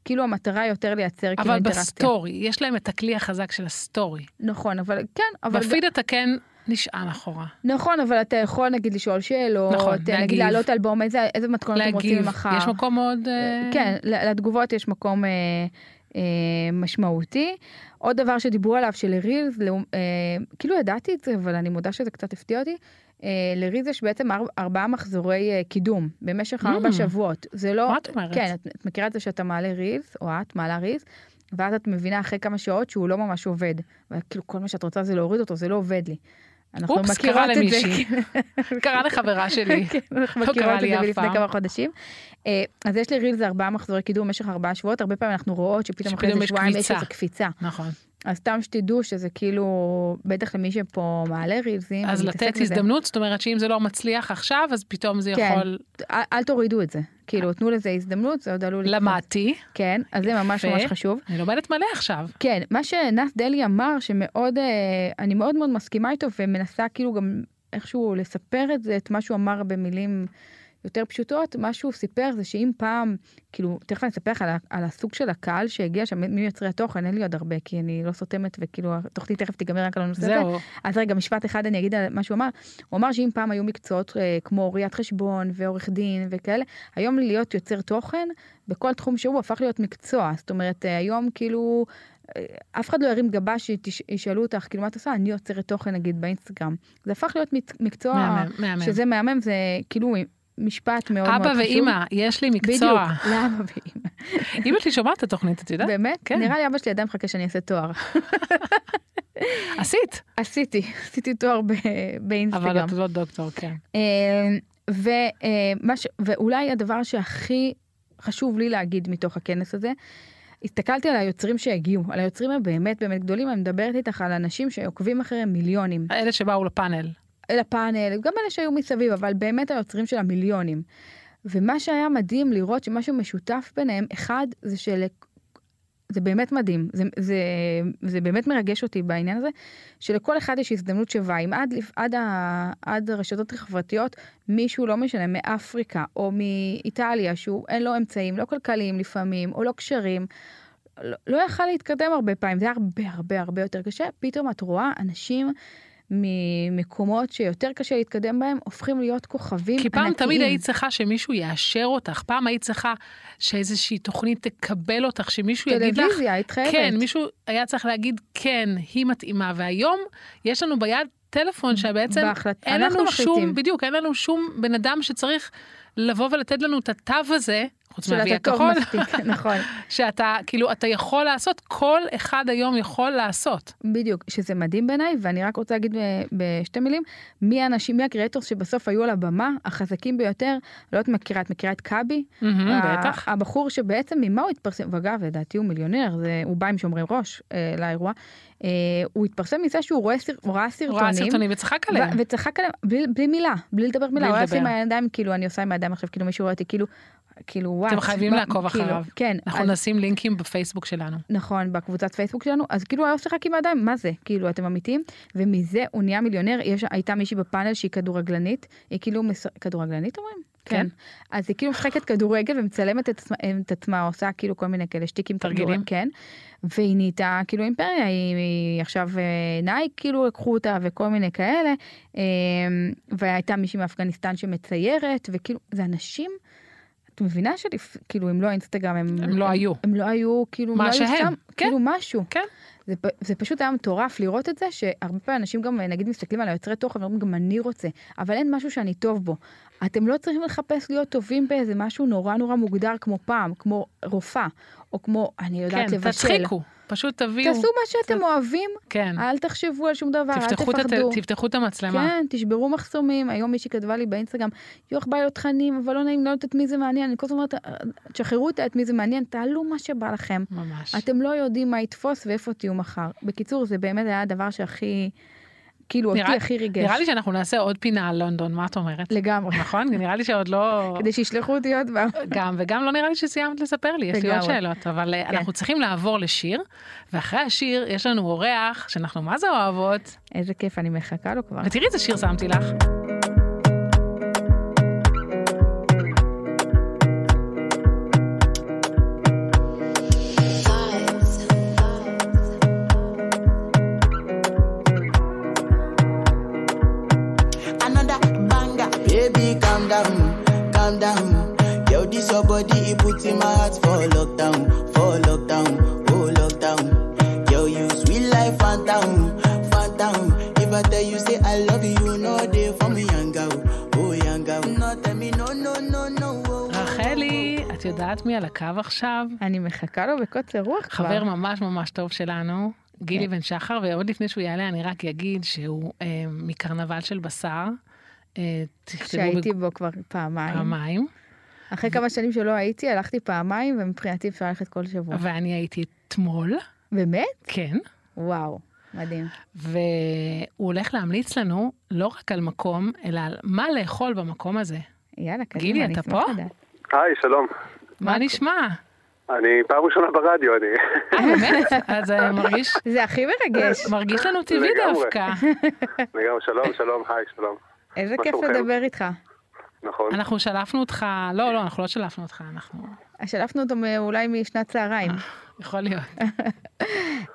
[SPEAKER 4] כאילו המטרה היא יותר לייצר כאילו
[SPEAKER 3] אבל
[SPEAKER 4] אינטראקציה.
[SPEAKER 3] בסטורי, יש להם את הכלי החזק של הסטורי.
[SPEAKER 4] נכון, אבל כן, אבל...
[SPEAKER 3] בפיד אתה כן נשען אחורה.
[SPEAKER 4] נכון, אבל אתה יכול נגיד לשאול שאלות,
[SPEAKER 3] נכון, להגיב.
[SPEAKER 4] נגיד להעלות אלבום, איזה, איזה מתכונות אתם
[SPEAKER 3] להגיב,
[SPEAKER 4] רוצים מחר.
[SPEAKER 3] יש מקום מאוד... אה,
[SPEAKER 4] כן, לתגובות יש מקום אה, אה, משמעותי. עוד דבר שדיברו עליו שלרילס, לעום- אה, כאילו ידעתי את זה, אבל אני מודה שזה קצת הפתיע אותי, אה, לרילס יש בעצם אר- ארבעה מחזורי אה, קידום במשך
[SPEAKER 3] Mm.
[SPEAKER 4] ארבע שבועות. זה לא...
[SPEAKER 3] מה את אומרת?
[SPEAKER 4] כן, את, את מכירה את זה שאתה מעלה רילס, או את מעלה רילס, ואז את מבינה אחרי כמה שעות שהוא לא ממש עובד. וכאילו כל מה שאת רוצה זה להוריד אותו, זה לא עובד לי. אנחנו
[SPEAKER 3] אופס,
[SPEAKER 4] מכירות
[SPEAKER 3] קרה
[SPEAKER 4] את זה,
[SPEAKER 3] למישהי.
[SPEAKER 4] כן.
[SPEAKER 3] <laughs> קרה לחברה שלי.
[SPEAKER 4] <laughs> כן,
[SPEAKER 3] <laughs>
[SPEAKER 4] אנחנו
[SPEAKER 3] לא קרה
[SPEAKER 4] מכירות את
[SPEAKER 3] לי
[SPEAKER 4] זה
[SPEAKER 3] אף
[SPEAKER 4] מלפני
[SPEAKER 3] פעם.
[SPEAKER 4] כמה חודשים. אה, אז יש לי רילס זה ארבעה מחזורי קידום במשך ארבעה שבועות, הרבה פעמים אנחנו רואות שפתאום אחרי
[SPEAKER 3] שפתאום
[SPEAKER 4] איזה
[SPEAKER 3] יש
[SPEAKER 4] שבועיים יש
[SPEAKER 3] קפיצה.
[SPEAKER 4] איזה קפיצה.
[SPEAKER 3] נכון.
[SPEAKER 4] אז סתם שתדעו שזה כאילו, בטח למי שפה מעלה רילסים,
[SPEAKER 3] אז
[SPEAKER 4] ומתעסק
[SPEAKER 3] לתת
[SPEAKER 4] בזה,
[SPEAKER 3] הזדמנות, זאת אומרת שאם זה לא מצליח עכשיו, אז פתאום זה
[SPEAKER 4] כן.
[SPEAKER 3] יכול...
[SPEAKER 4] אל- אל תורידו את זה, כאילו תנו לזה הזדמנות, זה עוד עלול... לקרות.
[SPEAKER 3] למדתי.
[SPEAKER 4] כן, אז זה ממש
[SPEAKER 3] יפה.
[SPEAKER 4] ממש חשוב.
[SPEAKER 3] אני לומדת מלא עכשיו.
[SPEAKER 4] כן, מה שנס דלי אמר שמאוד, אה, אני מאוד מאוד מסכימה איתו ומנסה כאילו גם איכשהו לספר את זה, את מה שהוא אמר במילים יותר פשוטות, מה שהוא סיפר זה שאם פעם, כאילו, תכף אני אספר לך על, ה- על הסוג של הקהל שהגיע שם, מי יוצרי התוכן, אין לי עוד הרבה, כי אני לא סותמת וכאילו התוכנית תכף תיגמר רק על הנושא הזה.
[SPEAKER 3] זהו.
[SPEAKER 4] אז רגע, משפט אחד אני אגיד על מה שהוא אמר. הוא אמר שאם פעם היו מקצועות אה, כמו ראיית חשבון ועורך דין וכאלה, היום להיות יוצר תוכן בכל תחום שהוא הפך להיות מקצוע. זאת אומרת, אה, היום כאילו, אה, אף אחד לא ירים גבה שישאלו אותך, כאילו, מה את עושה? אני יוצרת תוכן נגיד באינסטגרם. זה הפך להיות מת- מקצוע,
[SPEAKER 3] מהמם, מהמם.
[SPEAKER 4] שזה מהמם, זה כאילו משפט מאוד מאוד
[SPEAKER 3] אבא
[SPEAKER 4] חשוב.
[SPEAKER 3] ואימא, יש לי
[SPEAKER 4] בדיוק,
[SPEAKER 3] מקצוע. <laughs>
[SPEAKER 4] לאבא ואימא.
[SPEAKER 3] אמא שלי שומעת את התוכנית, את יודעת?
[SPEAKER 4] באמת?
[SPEAKER 3] כן.
[SPEAKER 4] נראה לי אבא שלי עדיין מחכה שאני אעשה תואר.
[SPEAKER 3] עשית,
[SPEAKER 4] עשיתי, עשיתי תואר ב- באינסטגרם.
[SPEAKER 3] אבל את לא דוקטור, כן.
[SPEAKER 4] אה, ו, אה, מה ש- ואולי הדבר שהכי חשוב לי להגיד מתוך הכנס הזה, הסתכלתי על היוצרים שהגיעו, על היוצרים הבאמת באמת גדולים, אני מדברת איתך על אנשים שעוקבים אחריהם מיליונים.
[SPEAKER 3] אלה שבאו לפאנל.
[SPEAKER 4] אל הפאנל, גם אלה שהיו מסביב, אבל באמת היוצרים של המיליונים. ומה שהיה מדהים לראות שמשהו משותף ביניהם, אחד, זה של... זה באמת מדהים, זה, זה, זה באמת מרגש אותי בעניין הזה, שלכל אחד יש הזדמנות שווה. אם עד, לפ- עד, ה, עד הרשתות החברתיות, מישהו, לא משנה, מאפריקה או מאיטליה, שהוא אין לו אמצעים, לא כלכליים לפעמים, או לא כשרים, לא, לא יכל להתקדם הרבה פעמים, זה היה הרבה הרבה הרבה יותר קשה. פתאום את רואה אנשים ממקומות שיותר קשה להתקדם בהם, הופכים להיות כוכבים
[SPEAKER 3] כי פעם
[SPEAKER 4] ענקיים.
[SPEAKER 3] תמיד היית צריכה שמישהו יאשר אותך, פעם היית צריכה שאיזושהי תוכנית תקבל אותך, שמישהו יגיד לך,
[SPEAKER 4] טלוויזיה, היית חייבת.
[SPEAKER 3] כן, מישהו היה צריך להגיד, כן, היא מתאימה, והיום יש לנו ביד טלפון שבעצם
[SPEAKER 4] בהחלט-
[SPEAKER 3] אין
[SPEAKER 4] אנחנו
[SPEAKER 3] לנו שום,
[SPEAKER 4] מחליטים.
[SPEAKER 3] בדיוק, אין לנו שום בן אדם שצריך לבוא ולתת לנו את התו הזה, חוץ מהאבי
[SPEAKER 4] שאתה טוב <laughs>
[SPEAKER 3] הכחול, <laughs>
[SPEAKER 4] מספיק, נכון.
[SPEAKER 3] שאתה, כאילו, אתה יכול לעשות, כל אחד היום יכול לעשות.
[SPEAKER 4] בדיוק, שזה מדהים בעיניי, ואני רק רוצה להגיד ב- בשתי מילים, מי האנשים, מי הקריאטורס שבסוף היו על הבמה, החזקים ביותר, לא יודעת מכירה, את מכירה את קאבי? ה-
[SPEAKER 3] Mm, בטח.
[SPEAKER 4] הבחור שבעצם ממה הוא התפרסם, ואגב, לדעתי הוא מיליונר, זה, הוא בא עם שומרי ראש אה, לאירוע, אה, הוא התפרסם מזה שהוא רואה, סר, הוא
[SPEAKER 3] הוא
[SPEAKER 4] ראה
[SPEAKER 3] ראה
[SPEAKER 4] סרטונים,
[SPEAKER 3] סרטונים וצחק עליהם.
[SPEAKER 4] ו- וצחק עליהם בלי, בלי מילה, בלי לדבר מילה,
[SPEAKER 3] בלי
[SPEAKER 4] הוא היה עושה עם
[SPEAKER 3] לדבר.
[SPEAKER 4] הידיים, כאילו אני עושה עם הידיים עכשיו, כאילו מישהו רואה אותי, כאילו, כאילו וואו.
[SPEAKER 3] אתם חייבים לעקוב אחריו. נכון,
[SPEAKER 4] כן,
[SPEAKER 3] אנחנו
[SPEAKER 4] אז-
[SPEAKER 3] נשים לינקים בפייסבוק שלנו.
[SPEAKER 4] נכון, בקבוצת פייסבוק שלנו, אז כאילו היה משחק עם הידיים, מה זה? כאילו, אתם אמיתיים? ומזה הוא נהיה מיליונר, יש, הייתה מישהי בפאנל שהיא כדורגלנית, היא כאילו, מש... כדורגלנית אומרים?
[SPEAKER 3] כן.
[SPEAKER 4] אז היא כאילו משחקת כדורגל ומצלמת את עצמה, את עצמה, עושה כאילו כל מיני כאלה שטיקים.
[SPEAKER 3] תרגילים.
[SPEAKER 4] כדורגל, כן. והיא נהייתה כאילו אימפריה, היא, היא עכשיו אה, נייק, כאילו לקחו אותה וכל מיני כאלה, אה, והייתה מישהי מאפגניסטן שמציירת, וכאילו, זה אנשים... את מבינה שכאילו הם לא אינסטגרם הם,
[SPEAKER 3] הם לא היו.
[SPEAKER 4] הם לא היו כאילו
[SPEAKER 3] מה
[SPEAKER 4] לא היו
[SPEAKER 3] שהם,
[SPEAKER 4] שם,
[SPEAKER 3] כן.
[SPEAKER 4] כאילו משהו.
[SPEAKER 3] כן.
[SPEAKER 4] זה, פ- זה פשוט היה מטורף לראות את זה, שהרבה פעמים אנשים גם נגיד מסתכלים על היוצרי תוכן ואומרים גם אני רוצה, אבל אין משהו שאני טוב בו. אתם לא צריכים לחפש להיות טובים באיזה משהו נורא נורא מוגדר כמו פעם, כמו רופאה, או כמו אני יודעת
[SPEAKER 3] כן,
[SPEAKER 4] לבשל.
[SPEAKER 3] תצחיקו, פשוט תביאו.
[SPEAKER 4] תעשו מה שאתם אוהבים,
[SPEAKER 3] כן.
[SPEAKER 4] אל תחשבו על שום דבר, אל
[SPEAKER 3] תפתחו את הטל-
[SPEAKER 4] תפחדו.
[SPEAKER 3] תפתחו את המצלמה.
[SPEAKER 4] כן, תשברו מחסומים. היום מישהי כתבה לי באינסטגרם, יוח בא להיות תכנים, אבל לא נעים, לא יודעת את מי זה מעניין. אני כל הזמן אומרת, תשחררו אותה, את מי זה מעניין, תעלו מה שבא לכם.
[SPEAKER 3] ממש.
[SPEAKER 4] אתם לא יודעים מה יתפוס ואיפה תהיו מחר. בקיצור, זה באמת היה הדבר שהכי, כאילו אותי
[SPEAKER 3] נראה-
[SPEAKER 4] הכי ריגש.
[SPEAKER 3] נראה לי שאנחנו נעשה עוד פינה על לונדון, מה את אומרת?
[SPEAKER 4] לגמרי.
[SPEAKER 3] נכון? נראה לי שעוד לא...
[SPEAKER 4] כדי שישלחו אותי עוד פעם.
[SPEAKER 3] גם וגם לא נראה לי שסיימת לספר לי, יש לי עוד
[SPEAKER 4] לגמרי.
[SPEAKER 3] שאלות, אבל אה,
[SPEAKER 4] כן.
[SPEAKER 3] אנחנו צריכים לעבור לשיר, ואחרי השיר יש לנו אורח שאנחנו מה זה אוהבות,
[SPEAKER 4] איזה כיף, אני מחכה לו כבר.
[SPEAKER 3] ותראי איזה שיר שמתי לך.
[SPEAKER 5] Another banger. Baby, calm down, calm down. Yo, this your body, it puts in my heart for lockdown, for lockdown, oh lockdown. Yo, you sweet life, phantom, phantom. If I tell you, say I love you, you know they for me, young girl, oh young girl. No, tell me, no, no, no, no. oh, oh.
[SPEAKER 3] רחלי, את יודעת מי על הקו עכשיו?
[SPEAKER 4] אני מחכה לו בקוצר רוח כבר. כן.
[SPEAKER 3] חבר ממש ממש טוב שלנו, גילי בן שחר, ועוד לפני שהוא יעלה אני רק אגיד שהוא אה, מקרנבל של בשר. אה, תכתבו
[SPEAKER 4] שהייתי
[SPEAKER 3] בג-
[SPEAKER 4] בו כבר פעמיים.
[SPEAKER 3] פעמיים,
[SPEAKER 4] אחרי כמה שנים שלא הייתי, הלכתי פעמיים, ומבחינתי אפשר ללכת כל שבוע.
[SPEAKER 3] ואני הייתי אתמול,
[SPEAKER 4] באמת?
[SPEAKER 3] כן.
[SPEAKER 4] וואו, מדהים.
[SPEAKER 3] והוא הולך להמליץ לנו לא רק על מקום, אלא על מה לאכול במקום הזה.
[SPEAKER 4] יאללה, קדימה,
[SPEAKER 3] גילי,
[SPEAKER 4] אני
[SPEAKER 3] אתה
[SPEAKER 4] אשמח
[SPEAKER 3] פה?
[SPEAKER 4] לדעת.
[SPEAKER 6] היי, שלום.
[SPEAKER 3] מה נשמע?
[SPEAKER 6] אני פעם ראשונה ברדיו,
[SPEAKER 4] <laughs>
[SPEAKER 6] אני...
[SPEAKER 3] אה, באמת? אז זה מרגיש,
[SPEAKER 4] זה הכי מרגש,
[SPEAKER 3] מרגיש לנו טבעי
[SPEAKER 6] לגמרי.
[SPEAKER 3] דווקא.
[SPEAKER 6] לגמרי, שלום, שלום, היי, שלום.
[SPEAKER 4] איזה
[SPEAKER 6] מה
[SPEAKER 4] כיף
[SPEAKER 6] שלומכם?
[SPEAKER 4] לדבר איתך.
[SPEAKER 6] נכון.
[SPEAKER 3] אנחנו שלפנו אותך, לא, לא, אנחנו לא שלפנו אותך, אנחנו...
[SPEAKER 4] שלפנו אותו מ- אולי משנת צהריים.
[SPEAKER 3] יכול להיות.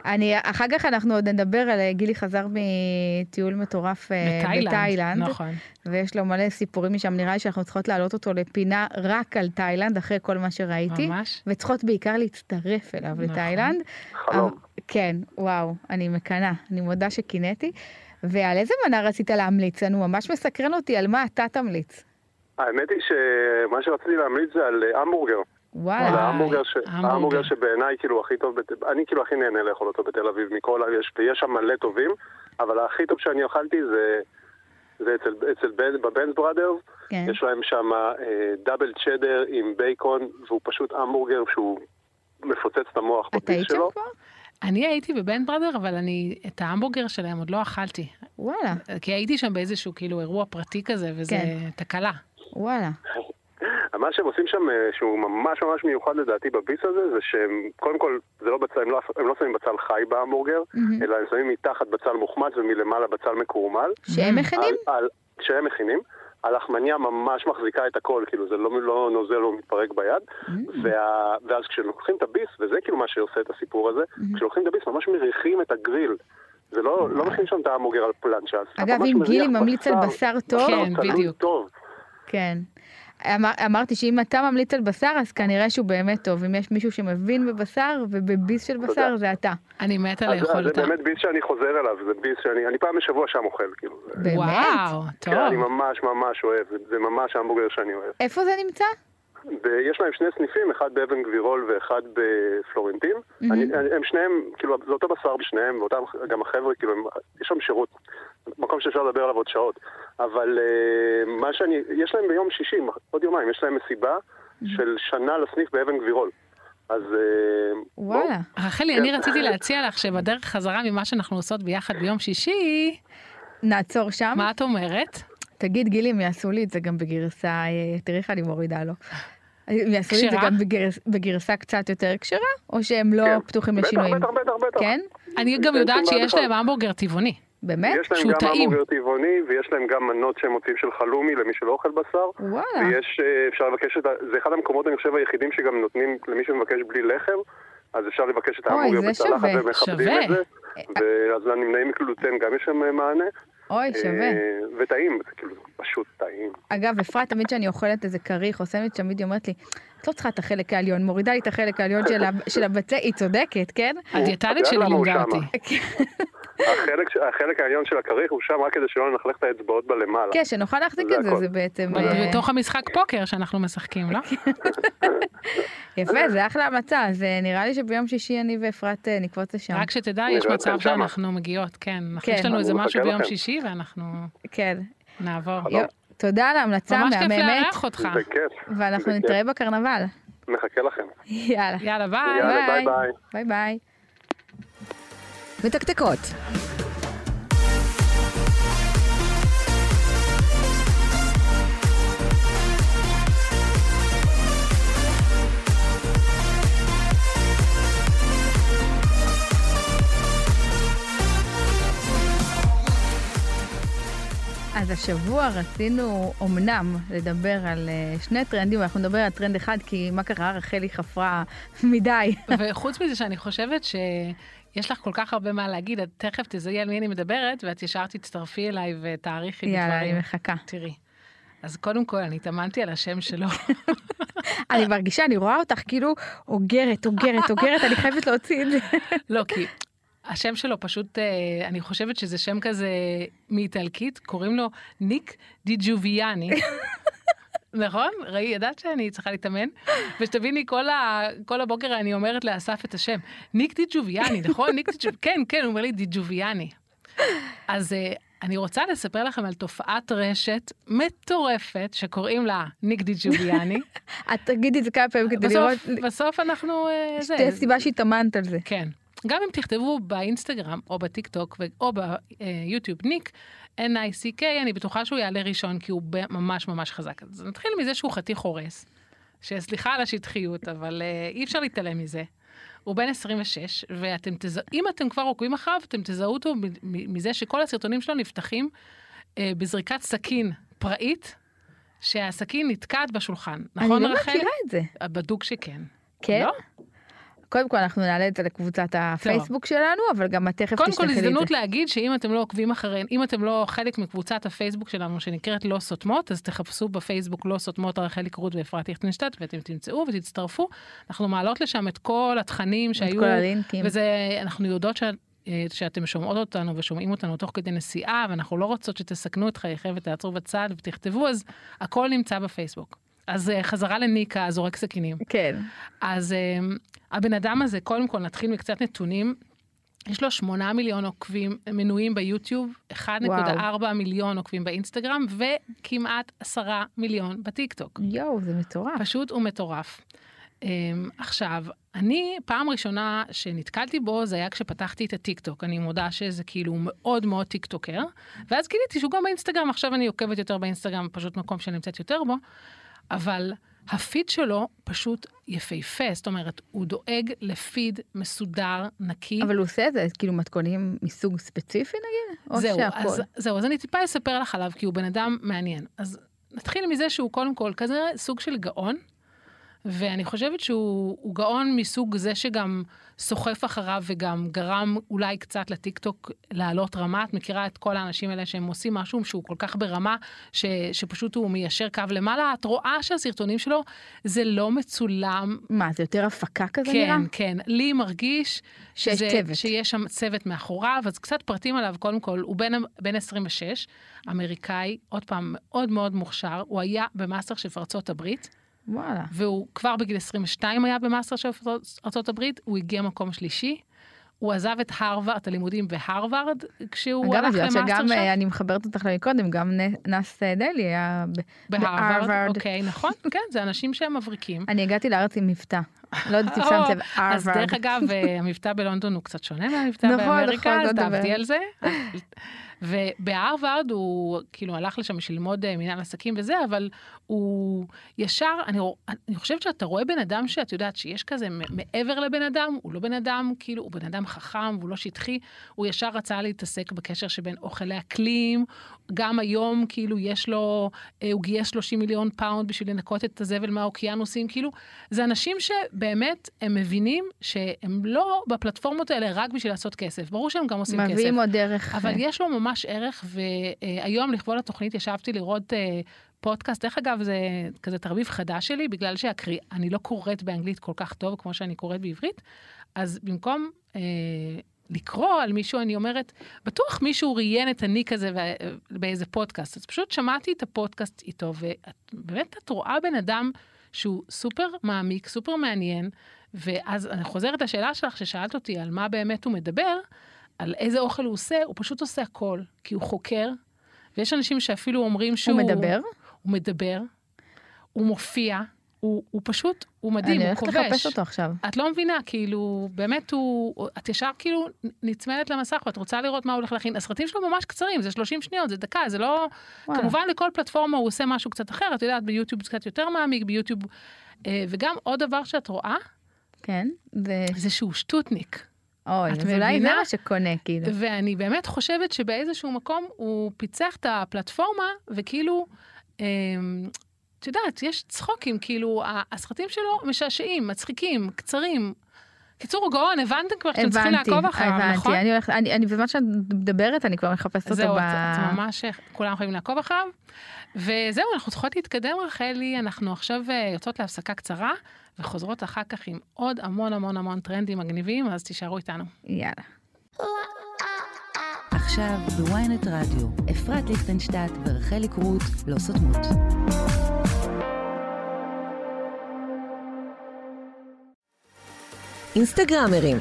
[SPEAKER 4] אני, אחר כך אנחנו עוד נדבר על אה, גילי חזר מטיול מטורף אה,
[SPEAKER 3] בתאילנד.
[SPEAKER 4] בתאילנד,
[SPEAKER 3] נכון.
[SPEAKER 4] ויש לו מלא סיפורים משם, נראה לי שאנחנו צריכות להעלות אותו לפינה רק על תאילנד, אחרי כל מה שראיתי.
[SPEAKER 3] ממש.
[SPEAKER 4] וצריכות בעיקר להצטרף אליו
[SPEAKER 3] נכון.
[SPEAKER 4] לתאילנד.
[SPEAKER 6] חלום.
[SPEAKER 4] אבל- כן, וואו, אני מקנאה, אני מודה שקינאתי. ועל איזה מנה רצית להמליץ לנו? ממש מסקרן אותי על מה אתה תמליץ. אה.
[SPEAKER 6] האמת היא שמה שרציתי להמליץ זה על אה, המבורגר.
[SPEAKER 4] וואלה.
[SPEAKER 6] על
[SPEAKER 3] וואי,
[SPEAKER 6] ההמבורגר ש-
[SPEAKER 3] המבורגר.
[SPEAKER 6] ההמבורגר שבעיניי כאילו הכי טוב, בת- אני כאילו הכי נהנה לאכול אותו בתל אביב מכל ה... יש- ויש שם מלא טובים, אבל הכי טוב שאני אכלתי זה... זה אצל, אצל בן, בבנס בראדרס,
[SPEAKER 4] כן.
[SPEAKER 6] יש להם שם אה, דאבל צ'דר עם בייקון, והוא פשוט המבורגר שהוא מפוצץ את המוח
[SPEAKER 4] את
[SPEAKER 6] בפיס
[SPEAKER 4] היית שם
[SPEAKER 6] שלו.
[SPEAKER 4] כבר?
[SPEAKER 3] אני הייתי בבן בראדר, אבל אני את ההמבורגר שלהם עוד לא אכלתי.
[SPEAKER 4] וואלה,
[SPEAKER 3] כי הייתי שם באיזשהו כאילו אירוע פרטי כזה, וזה
[SPEAKER 4] כן.
[SPEAKER 3] תקלה.
[SPEAKER 4] וואלה.
[SPEAKER 6] מה שהם עושים שם, אה, שהוא ממש ממש מיוחד לדעתי בביס הזה, זה שהם, קודם כל, זה לא בצל, הם לא, הם לא שמים בצל חי בהמבורגר,
[SPEAKER 4] Mm.
[SPEAKER 6] אלא הם שמים מתחת בצל מוחמץ ומלמעלה בצל מקורמל.
[SPEAKER 4] שהם מכינים?
[SPEAKER 6] על, על, שהם מכינים. הלחמניה ממש מחזיקה את הכל, כאילו זה לא, לא נוזל או מתפרק ביד.
[SPEAKER 4] Mm.
[SPEAKER 6] וה, ואז כשלוקחים את הביס, וזה כאילו מה שעושה את הסיפור הזה,
[SPEAKER 4] Mm-hmm.
[SPEAKER 6] כשלוקחים את הביס ממש מריחים את הגריל. זה לא, לא מכין שם את ההמבורגר על פלנצ'ה. אז אתה
[SPEAKER 4] אגב,
[SPEAKER 6] ממש
[SPEAKER 4] אם
[SPEAKER 6] מריח
[SPEAKER 4] גילי ממליץ על בשר טוב-
[SPEAKER 6] בשר
[SPEAKER 3] כן,
[SPEAKER 6] צלול
[SPEAKER 3] בדיוק.
[SPEAKER 6] טוב.
[SPEAKER 4] כן. אמר, אמרתי שאם אתה ממליץ על בשר, אז כנראה שהוא באמת טוב. אם יש מישהו שמבין בבשר ובביס של בשר,
[SPEAKER 6] תודה.
[SPEAKER 4] זה אתה. לא
[SPEAKER 3] אני מתה
[SPEAKER 6] אז- אז
[SPEAKER 3] לאכול אותה.
[SPEAKER 6] אה, זה באמת ביס שאני חוזר אליו, זה ביס שאני, אני פעם בשבוע שם אוכל, כאילו. זה-
[SPEAKER 4] באמת?
[SPEAKER 3] וואו, טוב.
[SPEAKER 6] כן, אני ממש ממש אוהב, זה, זה ממש המבורגר שאני אוהב.
[SPEAKER 4] איפה זה נמצא?
[SPEAKER 6] ב- יש להם שני סניפים, אחד באבן גבירול ואחד בפלורנטין. אני, הם שניהם, כאילו, זה אותו בשר בשניהם, ואותם, גם החבר'ה, כאילו, הם, יש שם שירות. מקום שאפשר לדבר עליו עוד שעות. אבל אה, מה שאני, יש להם ביום שישי, עוד יומיים, יש להם מסיבה של שנה לסניף באבן גבירול. אז... אה,
[SPEAKER 4] וואלה.
[SPEAKER 6] כן.
[SPEAKER 3] רחלי, אני רציתי להציע לך שבדרך חזרה ממה שאנחנו עושות ביחד ביום שישי,
[SPEAKER 4] נעצור שם.
[SPEAKER 3] מה את אומרת?
[SPEAKER 4] תגיד, גילי, הם יעשו לי את זה גם בגרסה, אה, תראי איך אני מורידה לו. הם יעשו לי את זה
[SPEAKER 3] כשרה?
[SPEAKER 4] גם בגרס, בגרסה קצת יותר כשרה, או שהם לא
[SPEAKER 6] כן.
[SPEAKER 4] פתוחים
[SPEAKER 6] בטח,
[SPEAKER 4] לשינויים?
[SPEAKER 6] בטח, בטח, בטח.
[SPEAKER 4] כן?
[SPEAKER 3] אני גם
[SPEAKER 6] אין
[SPEAKER 3] יודעת
[SPEAKER 6] שום בעיה
[SPEAKER 3] שיש
[SPEAKER 6] בכלל. אה,
[SPEAKER 3] להם המבורגר טבעוני.
[SPEAKER 4] באמת?
[SPEAKER 6] יש להם
[SPEAKER 3] שהוא
[SPEAKER 6] גם
[SPEAKER 3] טעים.
[SPEAKER 6] המבורגר טבעוני, ויש להם גם מנות שהם מוציאים של חלומי למי שלא אוכל בשר.
[SPEAKER 4] וואלה.
[SPEAKER 6] ויש, אה, אפשר לבקש את ה... זה אחד המקומות, אני חושב, היחידים שגם נותנים למי שמבקש בלי לחם, אז אפשר לבקש את
[SPEAKER 4] אוי,
[SPEAKER 6] ההמבורגר
[SPEAKER 4] זה
[SPEAKER 6] בצלחת
[SPEAKER 4] שווה,
[SPEAKER 6] ומכבדים
[SPEAKER 3] שווה.
[SPEAKER 6] את זה. ואז לנמנעים מקלוטן גם יש שם אה, מענה.
[SPEAKER 4] אוי, שווה.
[SPEAKER 6] אה, וטעים, זה כאילו פשוט טעים.
[SPEAKER 4] אגב, אפרת, תמיד כשאני אוכלת איזה כריך או סנדוויץ', תמיד היא אומרת לי, את לא צריכה את החלק העליון, מורידה לי את החלק העליון של ה- של הבצע, היא צודקת, כן?
[SPEAKER 3] הדיאטנית
[SPEAKER 6] אתה
[SPEAKER 3] שלי
[SPEAKER 6] יודע למה הוא
[SPEAKER 3] לימדה
[SPEAKER 6] שמה?
[SPEAKER 3] אותי.
[SPEAKER 6] החלק, ש- החלק העליון של הכריך הוא שם רק כדי שלא נלכלך את האצבעות בלמעלה.
[SPEAKER 4] כן, שנוכל להחזיק
[SPEAKER 6] זה
[SPEAKER 4] את זה,
[SPEAKER 6] הכל.
[SPEAKER 4] זה בעצם...
[SPEAKER 3] ב-
[SPEAKER 4] אה,
[SPEAKER 3] בתוך המשחק פוקר שאנחנו משחקים, לא?
[SPEAKER 4] כן. יפה, זה אחלה המלצה, אז אה, נראה לי שביום שישי אני ואפרת אה, נקפוץ לשם.
[SPEAKER 3] רק שתדע,
[SPEAKER 6] אני
[SPEAKER 3] יש
[SPEAKER 6] רואה
[SPEAKER 3] מצב
[SPEAKER 6] אתכם שמה.
[SPEAKER 3] שאנחנו מגיעות, כן. אנחנו-
[SPEAKER 4] כן.
[SPEAKER 3] יש לנו
[SPEAKER 6] אני
[SPEAKER 3] איזה
[SPEAKER 6] מחכה
[SPEAKER 3] משהו ביום
[SPEAKER 6] לכם.
[SPEAKER 3] שישי ואנחנו
[SPEAKER 4] כן.
[SPEAKER 3] נעבור.
[SPEAKER 6] שלום.
[SPEAKER 4] יו, תודה על ההמלצה
[SPEAKER 3] ממש כיף
[SPEAKER 4] המהממת,
[SPEAKER 3] לארח אותך.
[SPEAKER 6] זה כיף.
[SPEAKER 4] ואנחנו
[SPEAKER 6] זה כיף.
[SPEAKER 4] נתראה בקרנבל. <laughs>
[SPEAKER 6] מחכה לכם.
[SPEAKER 4] יאללה.
[SPEAKER 3] יאללה, ביי.
[SPEAKER 6] יאללה, ביי, ביי.
[SPEAKER 4] ביי ביי.
[SPEAKER 1] מתקתקות,
[SPEAKER 4] אז השבוע רצינו אמנם לדבר על אה, שני טרנדים, אנחנו נדבר על טרנד אחד, כי מה קרה? רחלי חפרה מדי.
[SPEAKER 3] וחוץ מזה שאני חושבת שיש לך כל כך הרבה מה להגיד, את תכף תזהי על מי אני מדברת, ואת ישר תצטרפי אליי ותעריכי לי דברים.
[SPEAKER 4] יאללה, אני מחכה.
[SPEAKER 3] תראי. אז קודם כל, אני התאמנתי על השם שלו.
[SPEAKER 4] אני מרגישה, אני רואה אותך כאילו אוגרת, אוגרת, אוגרת, אני חייבת להוציא את זה.
[SPEAKER 3] <laughs> לא, כי השם שלו פשוט, אה, אני חושבת שזה שם כזה מאיטלקית, קוראים לו ניק
[SPEAKER 4] <laughs>
[SPEAKER 3] דיג'וביאני. נכון? ראי, ידעת שאני צריכה להתאמן? ושתביני, כל, ה... כל הבוקר אני אומרת לאסף את השם, ניק דיג'וביאני, נכון? ניק דיג'וביאני, <laughs> כן, כן, הוא אומר לי דיג'וביאני. אז אה, אני רוצה לספר לכם על תופעת רשת מטורפת שקוראים לה ניק דיג'וביאני.
[SPEAKER 4] את תגידי את זה כמה פעמים <laughs> כדי לראות.
[SPEAKER 3] בסוף, בסוף אנחנו... אה, זה,
[SPEAKER 4] שתהיה סיבה שהתאמנת על זה.
[SPEAKER 3] כן. גם אם תכתבו באינסטגרם או בטיקטוק ו- או ביוטיוב ניק, NICK, אני בטוחה שהוא יעלה ראשון כי הוא ב- ממש ממש חזק. אז נתחיל מזה שהוא חתיך הורס, שסליחה על השטחיות, אבל אה, אי אפשר להתעלם מזה. הוא בן 26, ואתם תזהו, אם אתם כבר עוקבים אחריו, אתם תזהו אותו מ- מ- מזה שכל הסרטונים שלו נפתחים אה, בזריקת סכין פראית, שהסכין נתקעת בשולחן.
[SPEAKER 4] אני
[SPEAKER 3] נכון,
[SPEAKER 4] לא
[SPEAKER 3] רחל?
[SPEAKER 4] מכירה את זה.
[SPEAKER 3] בדוק שכן.
[SPEAKER 4] כן?
[SPEAKER 3] לא?
[SPEAKER 4] קודם כל אנחנו נעלה את זה לקבוצת הפייסבוק שלנו, אבל גם את תכף
[SPEAKER 3] קודם כל
[SPEAKER 4] תשלחי לי את
[SPEAKER 3] הזדמנות
[SPEAKER 4] זה.
[SPEAKER 3] להגיד שאם אתם לא עוקבים אחריהן, אם אתם לא חלק מקבוצת הפייסבוק שלנו שנקראת לא סותמות, אז תחפשו בפייסבוק לא סותמות רחלי קרות ואפרת ליכטנשטט ואתם תמצאו ותצטרפו. אנחנו מעלות לשם את כל התכנים שהיו,
[SPEAKER 4] כל הלינקים.
[SPEAKER 3] וזה, אנחנו יודעות ש... אה, שאתם שומעות אותנו ושומעים אותנו תוך כדי נסיעה, ואנחנו לא רוצות שתסכנו את חייכם ותעצרו בצד ותכתבו, אז הכל נמצא בפייסבוק. אז אה, חזרה לניקה, זורק סכינים.
[SPEAKER 4] כן.
[SPEAKER 3] אז אמ, הבן אדם הזה, קודם כל נתחיל מקצת נתונים. יש לו 8 מיליון עוקבים מנויים ביוטיוב, 1.4 מיליון עוקבים באינסטגרם וכמעט 10 מיליון בטיקטוק.
[SPEAKER 4] יואו, זה מטורף.
[SPEAKER 3] פשוט הוא מטורף. אמ, עכשיו, אני, פעם ראשונה שנתקלתי בו זה היה כשפתחתי את הטיקטוק. אני מודה שזה כאילו מאוד מאוד טיקטוקר, ואז גיליתי שהוא גם באינסטגרם, עכשיו אני עוקבת יותר באינסטגרם, פשוט מקום שאני נמצאת יותר בו, אבל הפיד שלו פשוט יפהפה, זאת אומרת, הוא דואג לפיד מסודר, נקי.
[SPEAKER 4] אבל הוא עושה את זה, כאילו מתכונים מסוג ספציפי נגיד? או
[SPEAKER 3] זהו,
[SPEAKER 4] שהכל?
[SPEAKER 3] אז, זהו, אז אני טיפה אספר לך עליו, כי הוא בן אדם מעניין. אז נתחיל מזה שהוא קודם כל כזה סוג של גאון, ואני חושבת שהוא הוא גאון מסוג זה שגם סוחף אחריו וגם גרם אולי קצת לטיקטוק לעלות רמה. את מכירה את כל האנשים האלה שהם עושים משהו שהוא כל כך ברמה, ש, שפשוט הוא מיישר קו למעלה. את רואה שהסרטונים שלו זה לא מצולם
[SPEAKER 4] מה, זה יותר הפקה כזה נראה?
[SPEAKER 3] כן, כן. לי מרגיש
[SPEAKER 4] שיש
[SPEAKER 3] שזה-
[SPEAKER 4] צוות.
[SPEAKER 3] שיש שם צוות מאחוריו, אז קצת פרטים עליו. קודם כל, הוא בן, בן 26, אמריקאי, עוד פעם, מאוד מאוד מוכשר. הוא היה במאסטר של ארצות הברית,
[SPEAKER 4] וואלה.
[SPEAKER 3] והוא כבר בגיל 22 היה במאסטר של ארצות הברית, הוא הגיע מקום שלישי. הוא עזב את הרווארד, את הלימודים בהרווארד, כשהוא
[SPEAKER 4] אגב, את
[SPEAKER 3] הלך
[SPEAKER 4] יודעת שגם
[SPEAKER 3] למאסטר
[SPEAKER 4] אה,
[SPEAKER 3] שם.
[SPEAKER 4] אני מחברת אותך למקודם, גם נ- נס אה, דלי היה ב-
[SPEAKER 3] בהרווארד, אוקיי, נכון, כן, זה אנשים שהם מבריקים.
[SPEAKER 4] אני הגעתי לארץ עם מבטא. לא יודעת אם
[SPEAKER 3] או,
[SPEAKER 4] שמת לב,
[SPEAKER 3] <laughs> אז דרך
[SPEAKER 4] הרווארד.
[SPEAKER 3] אגב, אה, המבטא בלונדון הוא קצת שונה מהמבטא
[SPEAKER 4] נכון,
[SPEAKER 3] באמריקה,
[SPEAKER 4] נכון,
[SPEAKER 3] אז
[SPEAKER 4] לא
[SPEAKER 3] תעבדי
[SPEAKER 4] דבר.
[SPEAKER 3] על זה. ובהרווארד הוא כאילו הלך לשם בשביל ללמוד אה, מנהל עסקים וזה, אבל הוא ישר, אני, רוא- אני חושבת שאתה רואה בן אדם שאת יודעת שיש כזה מ- מעבר לבן אדם, הוא לא בן אדם, כאילו, הוא בן אדם חכם, הוא לא שטחי, הוא ישר רצה להתעסק בקשר שבין אוכל לאקלים, גם היום כאילו יש לו, אה, הוא גייס 30 מיליון פאונד בשביל לנקות את הזבל מהאוקיינוסים, כאילו, זה אנשים שבאמת הם מבינים שהם לא בפלטפורמות האלה רק בשביל לעשות כסף, ברור שהם גם עושים כסף.
[SPEAKER 4] מביאים עוד דרך.
[SPEAKER 3] אבל
[SPEAKER 4] אה,
[SPEAKER 3] יש לו ממש ערך, והיום לכבוד התוכנית ישבתי לראות אה, פודקאסט. דרך אגב, זה כזה תרביב חדש שלי, בגלל שאני לא קוראת באנגלית כל כך טוב כמו שאני קוראת בעברית, אז במקום אה, לקרוא על מישהו, אני אומרת, בטוח מישהו ראיין את הניק הזה ו- באיזה פודקאסט. אז פשוט שמעתי את הפודקאסט איתו, ובאמת את רואה בן אדם שהוא סופר מעמיק, סופר מעניין, ואז אני חוזרת לשאלה שלך ששאלת אותי על מה באמת הוא מדבר, על איזה אוכל הוא עושה, הוא פשוט עושה הכל, כי הוא חוקר, ויש אנשים שאפילו אומרים שהוא...
[SPEAKER 4] הוא מדבר?
[SPEAKER 3] הוא מדבר, הוא מופיע, הוא, הוא פשוט, הוא מדהים,
[SPEAKER 4] אני
[SPEAKER 3] הוא
[SPEAKER 4] הולכת
[SPEAKER 3] כובש.
[SPEAKER 4] לחפש אותו עכשיו.
[SPEAKER 3] את לא מבינה, כאילו, באמת הוא, את ישר כאילו נצמדת למסך ואת רוצה לראות מה הוא הולך להכין. הסרטים שלו ממש קצרים, זה 30 שניות, זה דקה, זה לא...
[SPEAKER 4] וואלה.
[SPEAKER 3] כמובן לכל פלטפורמה הוא עושה משהו קצת אחר, את יודעת, ביוטיוב זה קצת יותר מעמיק, ביוטיוב... אה, וגם עוד דבר שאת רואה,
[SPEAKER 4] כן? זה...
[SPEAKER 3] זה שהוא שטוטניק.
[SPEAKER 4] אוי,
[SPEAKER 3] את
[SPEAKER 4] אז אולי זה
[SPEAKER 3] מבינה?
[SPEAKER 4] מה שקונה, כאילו.
[SPEAKER 3] ואני באמת חושבת שבאיזשהו מקום הוא פיצח את הפלטפורמה, וכאילו, אמ, את יודעת, יש צחוקים, כאילו, ה- הסרטים שלו משעשעים, מצחיקים, קצרים. קיצור, הוא גאון, הבנתם כבר שאתם צריכים
[SPEAKER 4] הבנתי,
[SPEAKER 3] לעקוב אחריו, נכון?
[SPEAKER 4] הבנתי. אני הולכת, אני, אני- בזמן שאת מדברת, אני כבר מחפשת אותו
[SPEAKER 3] זהו,
[SPEAKER 4] ב...
[SPEAKER 3] את את ממש, כולם יכולים לעקוב אחריו. וזהו, אנחנו צריכות להתקדם, רחלי, אנחנו עכשיו אה, יוצאות להפסקה קצרה, וחוזרות אחר כך עם עוד המון המון המון טרנדים מגניבים, אז תישארו איתנו.
[SPEAKER 4] <laughs> יאללה.
[SPEAKER 2] עכשיו בוויינט רדיו, אפרת ליכטנשטט ורחלי קרוט לא סותמות.
[SPEAKER 1] אינסטגרמרים.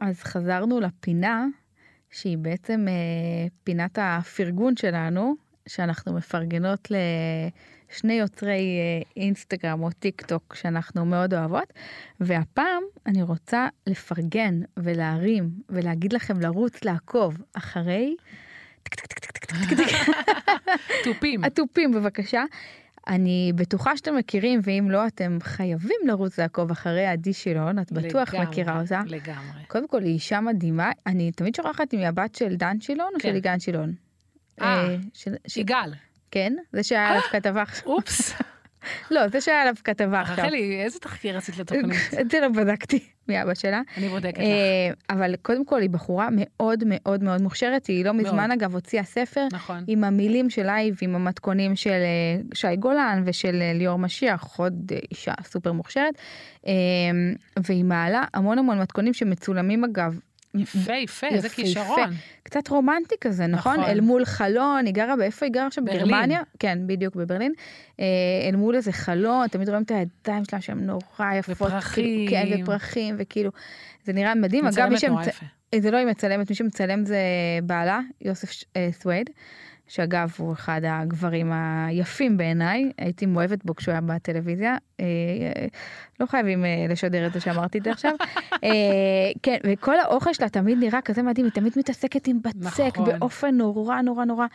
[SPEAKER 4] אז חזרנו לפינה, שהיא בעצם אה, פינת הפרגון שלנו, שאנחנו מפרגנות לשני יוצרי אה, אינסטגרם או טיק טוק שאנחנו מאוד אוהבות, והפעם אני רוצה לפרגן ולהרים ולהגיד לכם לרוץ לעקוב אחרי
[SPEAKER 3] תופים.
[SPEAKER 4] התופים בבקשה. אני בטוחה שאתם מכירים, ואם לא, אתם חייבים לרוץ לעקוב אחרי עדי שילון, את בטוח
[SPEAKER 3] לגמרי,
[SPEAKER 4] מכירה אותה.
[SPEAKER 3] לגמרי.
[SPEAKER 4] קודם כל, היא אישה מדהימה, אני תמיד שוכחת אם היא הבת של דן שילון או
[SPEAKER 3] כן.
[SPEAKER 4] של יגאל שילון.
[SPEAKER 3] אה,
[SPEAKER 4] של- של-
[SPEAKER 3] יגאל,
[SPEAKER 4] כן, זה שהיה עליו כתבה עכשיו.
[SPEAKER 3] אופס.
[SPEAKER 4] לא, זה שהיה עליו כתבה <laughs> עכשיו.
[SPEAKER 3] רחלי, איזה תחקיר עשית
[SPEAKER 4] <laughs>
[SPEAKER 3] לתוכנית?
[SPEAKER 4] את זה לא בדקתי, מי אבא שלה.
[SPEAKER 3] אני בודקת לך.
[SPEAKER 4] אה, אבל קודם כל, היא בחורה מאוד מאוד מאוד מוכשרת, היא לא מזמן אגב הוציאה ספר.
[SPEAKER 3] נכון.
[SPEAKER 4] עם המילים של לייב, עם המתכונים של אה, שי גולן ושל אה, ליאור משיח, עוד אה, אישה סופר מוכשרת. אה, והיא מעלה המון המון מתכונים שמצולמים אגב
[SPEAKER 3] יפה, יפה, איזה
[SPEAKER 4] יפהפה.
[SPEAKER 3] כישרון.
[SPEAKER 4] קצת רומנטי כזה, נכון?
[SPEAKER 3] נכון.
[SPEAKER 4] אל מול חלון, היא גרה באיפה היא גרה עכשיו?
[SPEAKER 3] ברלין.
[SPEAKER 4] בגרמניה? כן, בדיוק, בברלין. אה, אל מול איזה חלון, תמיד רואים את הידיים שלה שהן נורא יפות. כאילו,
[SPEAKER 3] ופרחים.
[SPEAKER 4] כן, ופרחים, וכאילו, זה נראה מדהים. אגב, מי
[SPEAKER 3] מצלמת נורא
[SPEAKER 4] שמצ...
[SPEAKER 3] יפה.
[SPEAKER 4] זה לא היא מצלמת, מי שמצלם זה אה, בעלה, יוסף ש- אה, סווייד, שאגב, הוא אחד הגברים היפים בעיניי, הייתי מאוהבת בו כשהוא היה בטלוויזיה. אה, אה, לא חייבים אה, לשדר את זה שאמרתי את זה עכשיו. אה, כן, וכל האוכל שלה תמיד נראה כזה מדהים, היא תמיד מתעסקת עם בצק
[SPEAKER 3] נכון.
[SPEAKER 4] באופן נורא נורא נורא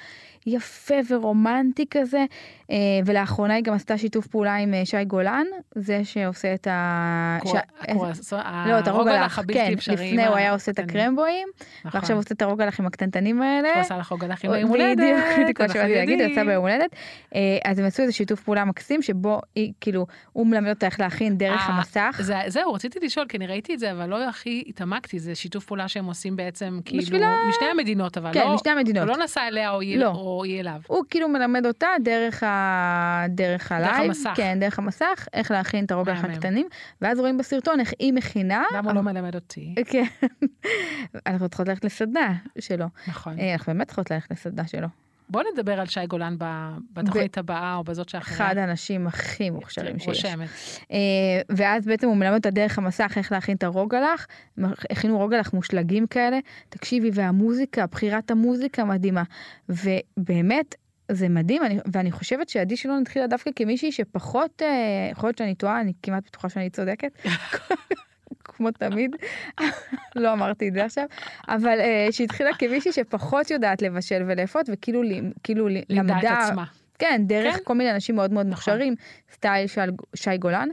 [SPEAKER 4] יפה ורומנטי כזה, אה, ולאחרונה היא גם עשתה שיתוף פעולה עם אה, שי גולן, זה שעושה את ה...
[SPEAKER 3] הקור-
[SPEAKER 4] ש-
[SPEAKER 3] הקורס-
[SPEAKER 4] לא, את הרוג
[SPEAKER 3] הרוגלח
[SPEAKER 4] הלך,
[SPEAKER 3] הבלתי
[SPEAKER 4] כן,
[SPEAKER 3] אפשרי עם
[SPEAKER 4] לפני הוא היה עושה את
[SPEAKER 3] הקטנים.
[SPEAKER 4] הקרמבויים,
[SPEAKER 3] נכון.
[SPEAKER 4] ועכשיו הוא עושה את הרוג הלך עם הקטנטנים האלה.
[SPEAKER 3] הוא עשה לך רוגלח עם
[SPEAKER 4] או-
[SPEAKER 3] היום הולדת.
[SPEAKER 4] בדיוק, בדיוק מה
[SPEAKER 3] אנחנו
[SPEAKER 4] שבאתי להגיד, הוא עשה
[SPEAKER 3] יודעים.
[SPEAKER 4] ביום הולדת. אה, אז הם עשו איזה שיתוף פעולה מקסים, שבו היא, כאילו, הוא מלמד אותה איך להכין דרך
[SPEAKER 3] אה,
[SPEAKER 4] המסך.
[SPEAKER 3] זה- זהו, רציתי לשאול, כי אני ראיתי את זה, אבל לא הכי התעמקתי, זה שיתוף פעולה שהם עושים בעצם, כאילו,
[SPEAKER 4] בשביל ה-
[SPEAKER 3] משתי המדינות, אבל
[SPEAKER 4] כן,
[SPEAKER 3] לא-
[SPEAKER 4] משתי המדינות.
[SPEAKER 3] הוא לא נסע אליה או היא
[SPEAKER 4] לא.
[SPEAKER 3] או היא אליו.
[SPEAKER 4] הוא כאילו מלמד אותה דרך ה... דרך הלייב,
[SPEAKER 3] המסך.
[SPEAKER 4] כן, דרך המסך, איך להכין את הרוגלח
[SPEAKER 3] מהמם.
[SPEAKER 4] הקטנים, ואז רואים בסרטון איך היא מכינה.
[SPEAKER 3] למה הוא לא מלמד אותי?
[SPEAKER 4] כן. <laughs> אנחנו צריכות ללכת לסדנה שלו.
[SPEAKER 3] נכון.
[SPEAKER 4] אה, אנחנו באמת צריכות ללכת לסדנה שלו.
[SPEAKER 3] בוא נדבר על שי גולן ב- בתוכנית הבאה או בזאת שאחריה.
[SPEAKER 4] אחד האנשים הכי מוכשרים שיש.
[SPEAKER 3] כן, רושמת.
[SPEAKER 4] אה, ואז בעצם הוא מלמד אותה דרך המסך איך להכין את הרוגלח. הם הכינו רוגלח מושלגים כאלה. תקשיבי, והמוזיקה, בחירת המוזיקה מדהימה. ובאמת, זה מדהים, אני, ואני חושבת שעדי שילון התחילה דווקא כמישהי שפחות, אה, יכול להיות שאני טועה, אני כמעט בטוחה שאני צודקת. <laughs> כמו תמיד, לא אמרתי את זה עכשיו, אבל אה, שהתחילה כמישהי שפחות יודעת לבשל ולאפות, וכאילו ל- כאילו ל-
[SPEAKER 3] לימדה
[SPEAKER 4] למדה,
[SPEAKER 3] את עצמה.
[SPEAKER 4] כן, דרך
[SPEAKER 3] כן. נכון.
[SPEAKER 4] כל מיני אנשים מאוד מאוד מוכשרים, סטייל של שי גולן.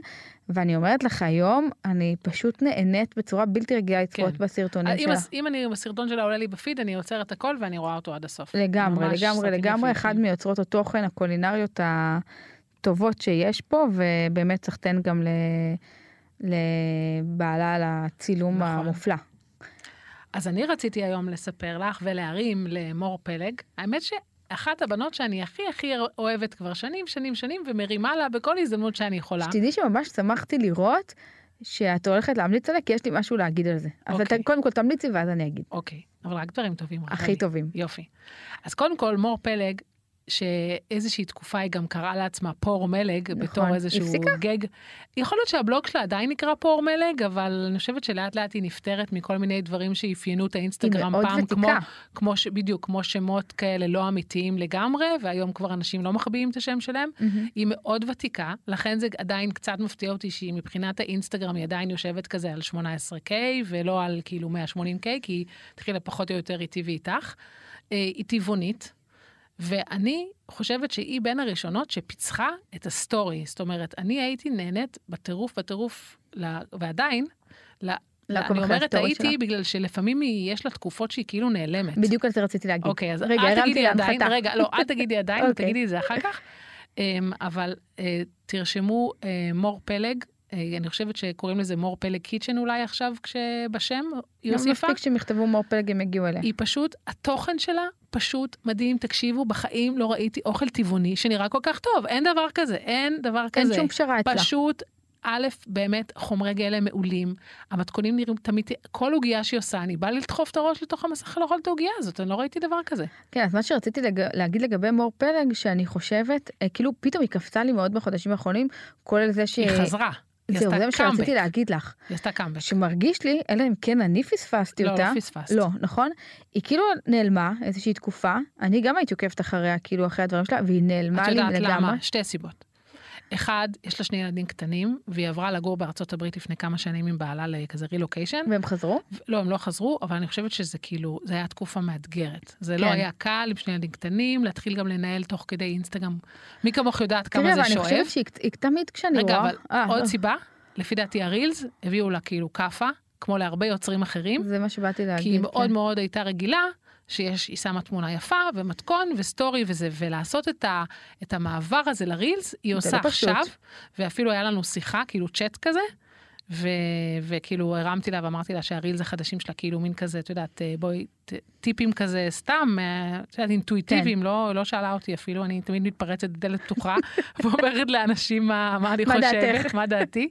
[SPEAKER 4] ואני אומרת לך, היום אני פשוט נהנית בצורה בלתי רגילה לצפות
[SPEAKER 3] כן.
[SPEAKER 4] בסרטונים
[SPEAKER 3] אם
[SPEAKER 4] שלה.
[SPEAKER 3] הס- אם אני, אם הסרטון שלה עולה לי בפיד, אני עוצרת הכל ואני רואה אותו עד הסוף.
[SPEAKER 4] לגמרי,
[SPEAKER 3] ממש
[SPEAKER 4] לגמרי,
[SPEAKER 3] סרטים
[SPEAKER 4] לגמרי,
[SPEAKER 3] יפים. כן.
[SPEAKER 4] אחד מיוצרות התוכן הקולינריות הטובות שיש פה, ובאמת סחטיין גם ל... לבעלה על הצילום
[SPEAKER 3] נכון.
[SPEAKER 4] המופלא.
[SPEAKER 3] אז אני רציתי היום לספר לך ולהרים למור פלג. האמת שאחת הבנות שאני הכי הכי אוהבת כבר שנים, שנים, שנים, ומרימה לה בכל הזדמנות שאני יכולה.
[SPEAKER 4] שתדעי שממש שמחתי לראות שאת הולכת להמליץ עליה, כי יש לי משהו להגיד על זה. אז
[SPEAKER 3] אוקיי.
[SPEAKER 4] אתה- קודם כל תמליצי ואז אני אגיד.
[SPEAKER 3] אוקיי, אבל רק דברים טובים.
[SPEAKER 4] הכי
[SPEAKER 3] רחלי.
[SPEAKER 4] טובים.
[SPEAKER 3] יופי. אז קודם כל, מור פלג, שאיזושהי תקופה היא גם קראה לעצמה פור מלג,
[SPEAKER 4] נכון.
[SPEAKER 3] בתור איזשהו
[SPEAKER 4] הפסיקה?
[SPEAKER 3] גג. יכול להיות שהבלוג שלה עדיין נקרא פור מלג, אבל אני חושבת שלאט לאט היא נפטרת מכל מיני דברים שאפיינו את האינסטגרם
[SPEAKER 4] מאוד
[SPEAKER 3] פעם,
[SPEAKER 4] ותיקה.
[SPEAKER 3] כמו, כמו ש, בדיוק, כמו שמות כאלה לא אמיתיים לגמרי, והיום כבר אנשים לא מחביאים את השם שלהם.
[SPEAKER 4] מהמם.
[SPEAKER 3] היא מאוד ותיקה, לכן זה עדיין קצת מפתיע אותי שהיא מבחינת האינסטגרם היא עדיין יושבת כזה על 18K ולא על כאילו 180K, כי היא התחילה פחות או יותר איתי ואיתך. אה, היא טבעונית, ואני חושבת שהיא בין הראשונות שפיצחה את הסטורי. זאת אומרת, אני הייתי נהנית בטירוף, בטירוף, ל- ועדיין, ל-
[SPEAKER 4] לעקוב
[SPEAKER 3] לא, אני
[SPEAKER 4] אחרי
[SPEAKER 3] אומרת
[SPEAKER 4] הסטורי
[SPEAKER 3] הייתי
[SPEAKER 4] שלה.
[SPEAKER 3] בגלל שלפעמים היא- יש לה תקופות שהיא כאילו נעלמת.
[SPEAKER 4] בדיוק על זה רציתי להגיד.
[SPEAKER 3] אוקיי, אז
[SPEAKER 4] רגע,
[SPEAKER 3] אל
[SPEAKER 4] הרמתי
[SPEAKER 3] תגידי עדיין,
[SPEAKER 4] להנחתה.
[SPEAKER 3] רגע, לא, אל תגידי עדיין,
[SPEAKER 4] אוקיי.
[SPEAKER 3] תגידי את זה אחר כך. אמ, אבל אה, תרשמו אה, מור פלג, אה, אני חושבת שקוראים לזה מור פלג קיצ'ן אולי עכשיו כשבשם, היא
[SPEAKER 4] לא
[SPEAKER 3] הוסיפה.
[SPEAKER 4] מספיק שהם יכתבו מור פלג הם יגיעו אליה.
[SPEAKER 3] היא פשוט, התוכן שלה פשוט מדהים. תקשיבו, בחיים לא ראיתי אוכל טבעוני שנראה כל כך טוב. אין דבר כזה, אין דבר
[SPEAKER 4] אין
[SPEAKER 3] כזה.
[SPEAKER 4] שום פשרה אצלה.
[SPEAKER 3] פשוט, א', באמת חומרי גלם מעולים, המתכונים נראים תמיד, כל עוגייה שהיא עושה, אני באה לי לדחוף את הראש לתוך המסך לאכול את העוגייה הזאת, אני לא ראיתי דבר כזה.
[SPEAKER 4] כן, אז מה שרציתי לג... להגיד לגבי מור פלג, שאני חושבת, אה, כאילו פתאום היא קפצה לי מאוד בחודשים האחרונים, כולל זה ש...
[SPEAKER 3] היא חזרה, היא
[SPEAKER 4] אה, זהו,
[SPEAKER 3] עשתה
[SPEAKER 4] זה מה
[SPEAKER 3] קאמבק.
[SPEAKER 4] שרציתי להגיד לך.
[SPEAKER 3] היא עשתה קאמבק.
[SPEAKER 4] שמרגיש לי, אלא אם כן אני פספסתי
[SPEAKER 3] לא,
[SPEAKER 4] אותה.
[SPEAKER 3] לא פספסת.
[SPEAKER 4] לא, נכון? היא כאילו נעלמה איזושהי תקופה, אני גם הייתי עוקבת אחריה, כאילו, אחרי הדברים שלה, והיא נעלמה
[SPEAKER 3] את
[SPEAKER 4] לי לגמרי.
[SPEAKER 3] יודעת למה? שתי סיבות. אחד, יש לה שני ילדים קטנים, והיא עברה לגור בארצות הברית לפני כמה שנים עם בעלה לכזה רילוקיישן.
[SPEAKER 4] והם חזרו?
[SPEAKER 3] לא, הם לא חזרו, אבל אני חושבת שזה כאילו, זה היה תקופה מאתגרת. זה לא
[SPEAKER 4] כן.
[SPEAKER 3] היה קל עם שני ילדים קטנים, להתחיל גם לנהל תוך כדי אינסטגרם. מי כמוך יודעת
[SPEAKER 4] תראי,
[SPEAKER 3] כמה זה
[SPEAKER 4] אבל אני
[SPEAKER 3] שואב.
[SPEAKER 4] חושבת שהיא היא תמיד כשאני
[SPEAKER 3] רגע,
[SPEAKER 4] רואה...
[SPEAKER 3] אבל
[SPEAKER 4] אה,
[SPEAKER 3] עוד
[SPEAKER 4] לא,
[SPEAKER 3] סיבה, לפי דעתי הרילס הביאו לה כאילו כאפה, כמו להרבה יוצרים אחרים.
[SPEAKER 4] זה מה שבאתי להגיד.
[SPEAKER 3] כי היא מאוד
[SPEAKER 4] כן.
[SPEAKER 3] מאוד הייתה רגילה שיש, היא שמה תמונה יפה ומתכון וסטורי וזה, ולעשות את, ה, את המעבר הזה לרילס, היא
[SPEAKER 4] זה
[SPEAKER 3] עושה
[SPEAKER 4] לא פשוט.
[SPEAKER 3] עכשיו, ואפילו היה לנו שיחה, כאילו צ'אט כזה, ו, וכאילו הרמתי לה ואמרתי לה שהרילס החדשים שלה כאילו מין כזה, את יודעת, אה, בואי, ט- טיפים כזה סתם, אה, את יודעת, אינטואיטיביים,
[SPEAKER 4] כן.
[SPEAKER 3] לא, לא שאלה אותי אפילו, אני תמיד מתפרצת בדלת פתוחה <laughs> ואומרת לאנשים מה, מה אני
[SPEAKER 4] מה
[SPEAKER 3] חושבת,
[SPEAKER 4] דעתך?
[SPEAKER 3] מה דעתי.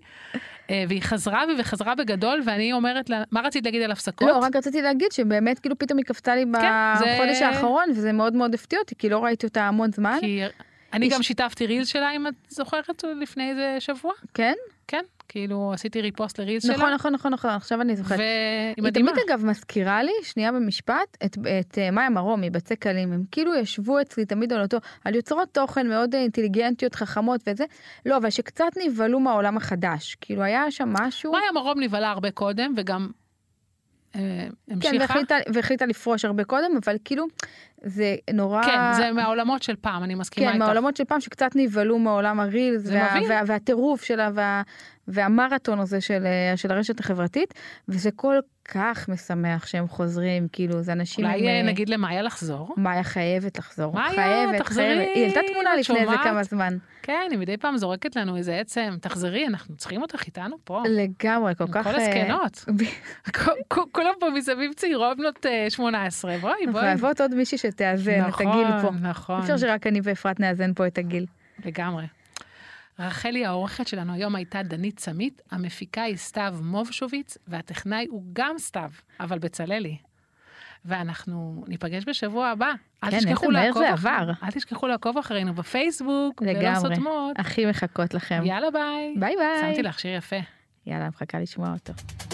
[SPEAKER 3] אה, והיא חזרה בי וחזרה בגדול, ואני אומרת לה, מה רצית להגיד על הפסקות?
[SPEAKER 4] לא, רק רציתי להגיד שבאמת כאילו פתאום היא קפצה לי
[SPEAKER 3] כן, זה-
[SPEAKER 4] בחודש האחרון, וזה מאוד מאוד הפתיע אותי, כי לא ראיתי אותה המון זמן.
[SPEAKER 3] כי אני
[SPEAKER 4] איש-
[SPEAKER 3] גם שיתפתי רילס שלה, אם את זוכרת, לפני איזה שבוע,
[SPEAKER 4] כן?
[SPEAKER 3] כן? כאילו עשיתי ריפוסט לרילס שלה.
[SPEAKER 4] נכון, נכון, נכון, נכון, עכשיו אני זוכרת.
[SPEAKER 3] והיא
[SPEAKER 4] היא
[SPEAKER 3] מדהימה.
[SPEAKER 4] תמיד אגב מזכירה לי, שנייה במשפט, את, את אה, מאיה מרום מבצע קלים, הם כאילו ישבו אצלי תמיד על אותו, על יוצרות תוכן מאוד אה, אינטליגנטיות, חכמות וזה, לא, אבל שקצת נבהלו מהעולם החדש, כאילו היה שם משהו,
[SPEAKER 3] מאיה מרום נבהלה הרבה קודם, וגם אה,
[SPEAKER 4] כן,
[SPEAKER 3] המשיכה.
[SPEAKER 4] והחליטה, והחליטה לפרוש הרבה קודם, אבל כאילו, זה נורא,
[SPEAKER 3] כן, זה מהעולמות של פעם, אני מסכימה
[SPEAKER 4] כן,
[SPEAKER 3] איתך.
[SPEAKER 4] מהעולמות של פעם שקצת נבהלו מעולם הרילס
[SPEAKER 3] זה
[SPEAKER 4] וה,
[SPEAKER 3] מבין.
[SPEAKER 4] וה, והטירוף שלה וה, והמרתון הזה של, אה, של הרשת החברתית, וזה כל כך משמח שהם חוזרים, כאילו, זה אנשים עם,
[SPEAKER 3] אולי
[SPEAKER 4] אה,
[SPEAKER 3] אה, נגיד למאיה לחזור?
[SPEAKER 4] מאיה חייבת לחזור.
[SPEAKER 3] מאיה,
[SPEAKER 4] חייבת,
[SPEAKER 3] תחזרי,
[SPEAKER 4] חייבת. היא העלתה תמונה
[SPEAKER 3] את
[SPEAKER 4] לפני איזה
[SPEAKER 3] שומעת?
[SPEAKER 4] כמה זמן.
[SPEAKER 3] כן, היא מדי פעם זורקת לנו איזה עצם, תחזרי, אנחנו צריכים אותך איתנו פה.
[SPEAKER 4] לגמרי, לא, כל
[SPEAKER 3] אה. עם
[SPEAKER 4] כך...
[SPEAKER 3] כל
[SPEAKER 4] אה,
[SPEAKER 3] הזקנות. <laughs>
[SPEAKER 4] ב-
[SPEAKER 3] כ- כ- כולם פה מסביב צעירות בנות אה, 18, בואי,
[SPEAKER 4] אנחנו
[SPEAKER 3] בואי.
[SPEAKER 4] חייבות עוד מישהי שתאזן את
[SPEAKER 3] נכון,
[SPEAKER 4] הגיל פה.
[SPEAKER 3] נכון.
[SPEAKER 4] אי אפשר שרק אני ואפרת נאזן פה את הגיל.
[SPEAKER 3] לגמרי. רחלי העורכת שלנו היום הייתה דנית סמית, המפיקה היא סתיו מובשוביץ, והטכנאי הוא גם סתיו, אבל בצללי. ואנחנו ניפגש בשבוע הבא. אל
[SPEAKER 4] כן,
[SPEAKER 3] תשכחו
[SPEAKER 4] איזה מהר
[SPEAKER 3] לעקוב
[SPEAKER 4] זה
[SPEAKER 3] אחר-
[SPEAKER 4] עבר.
[SPEAKER 3] אל תשכחו לעקוב אחרינו בפייסבוק, בלא
[SPEAKER 4] לגמרי.
[SPEAKER 3] סותמות.
[SPEAKER 4] הכי מחכות לכם.
[SPEAKER 3] יאללה ביי.
[SPEAKER 4] ביי ביי.
[SPEAKER 3] שמתי לך שיר יפה.
[SPEAKER 4] יאללה, מחכה לשמוע אותו.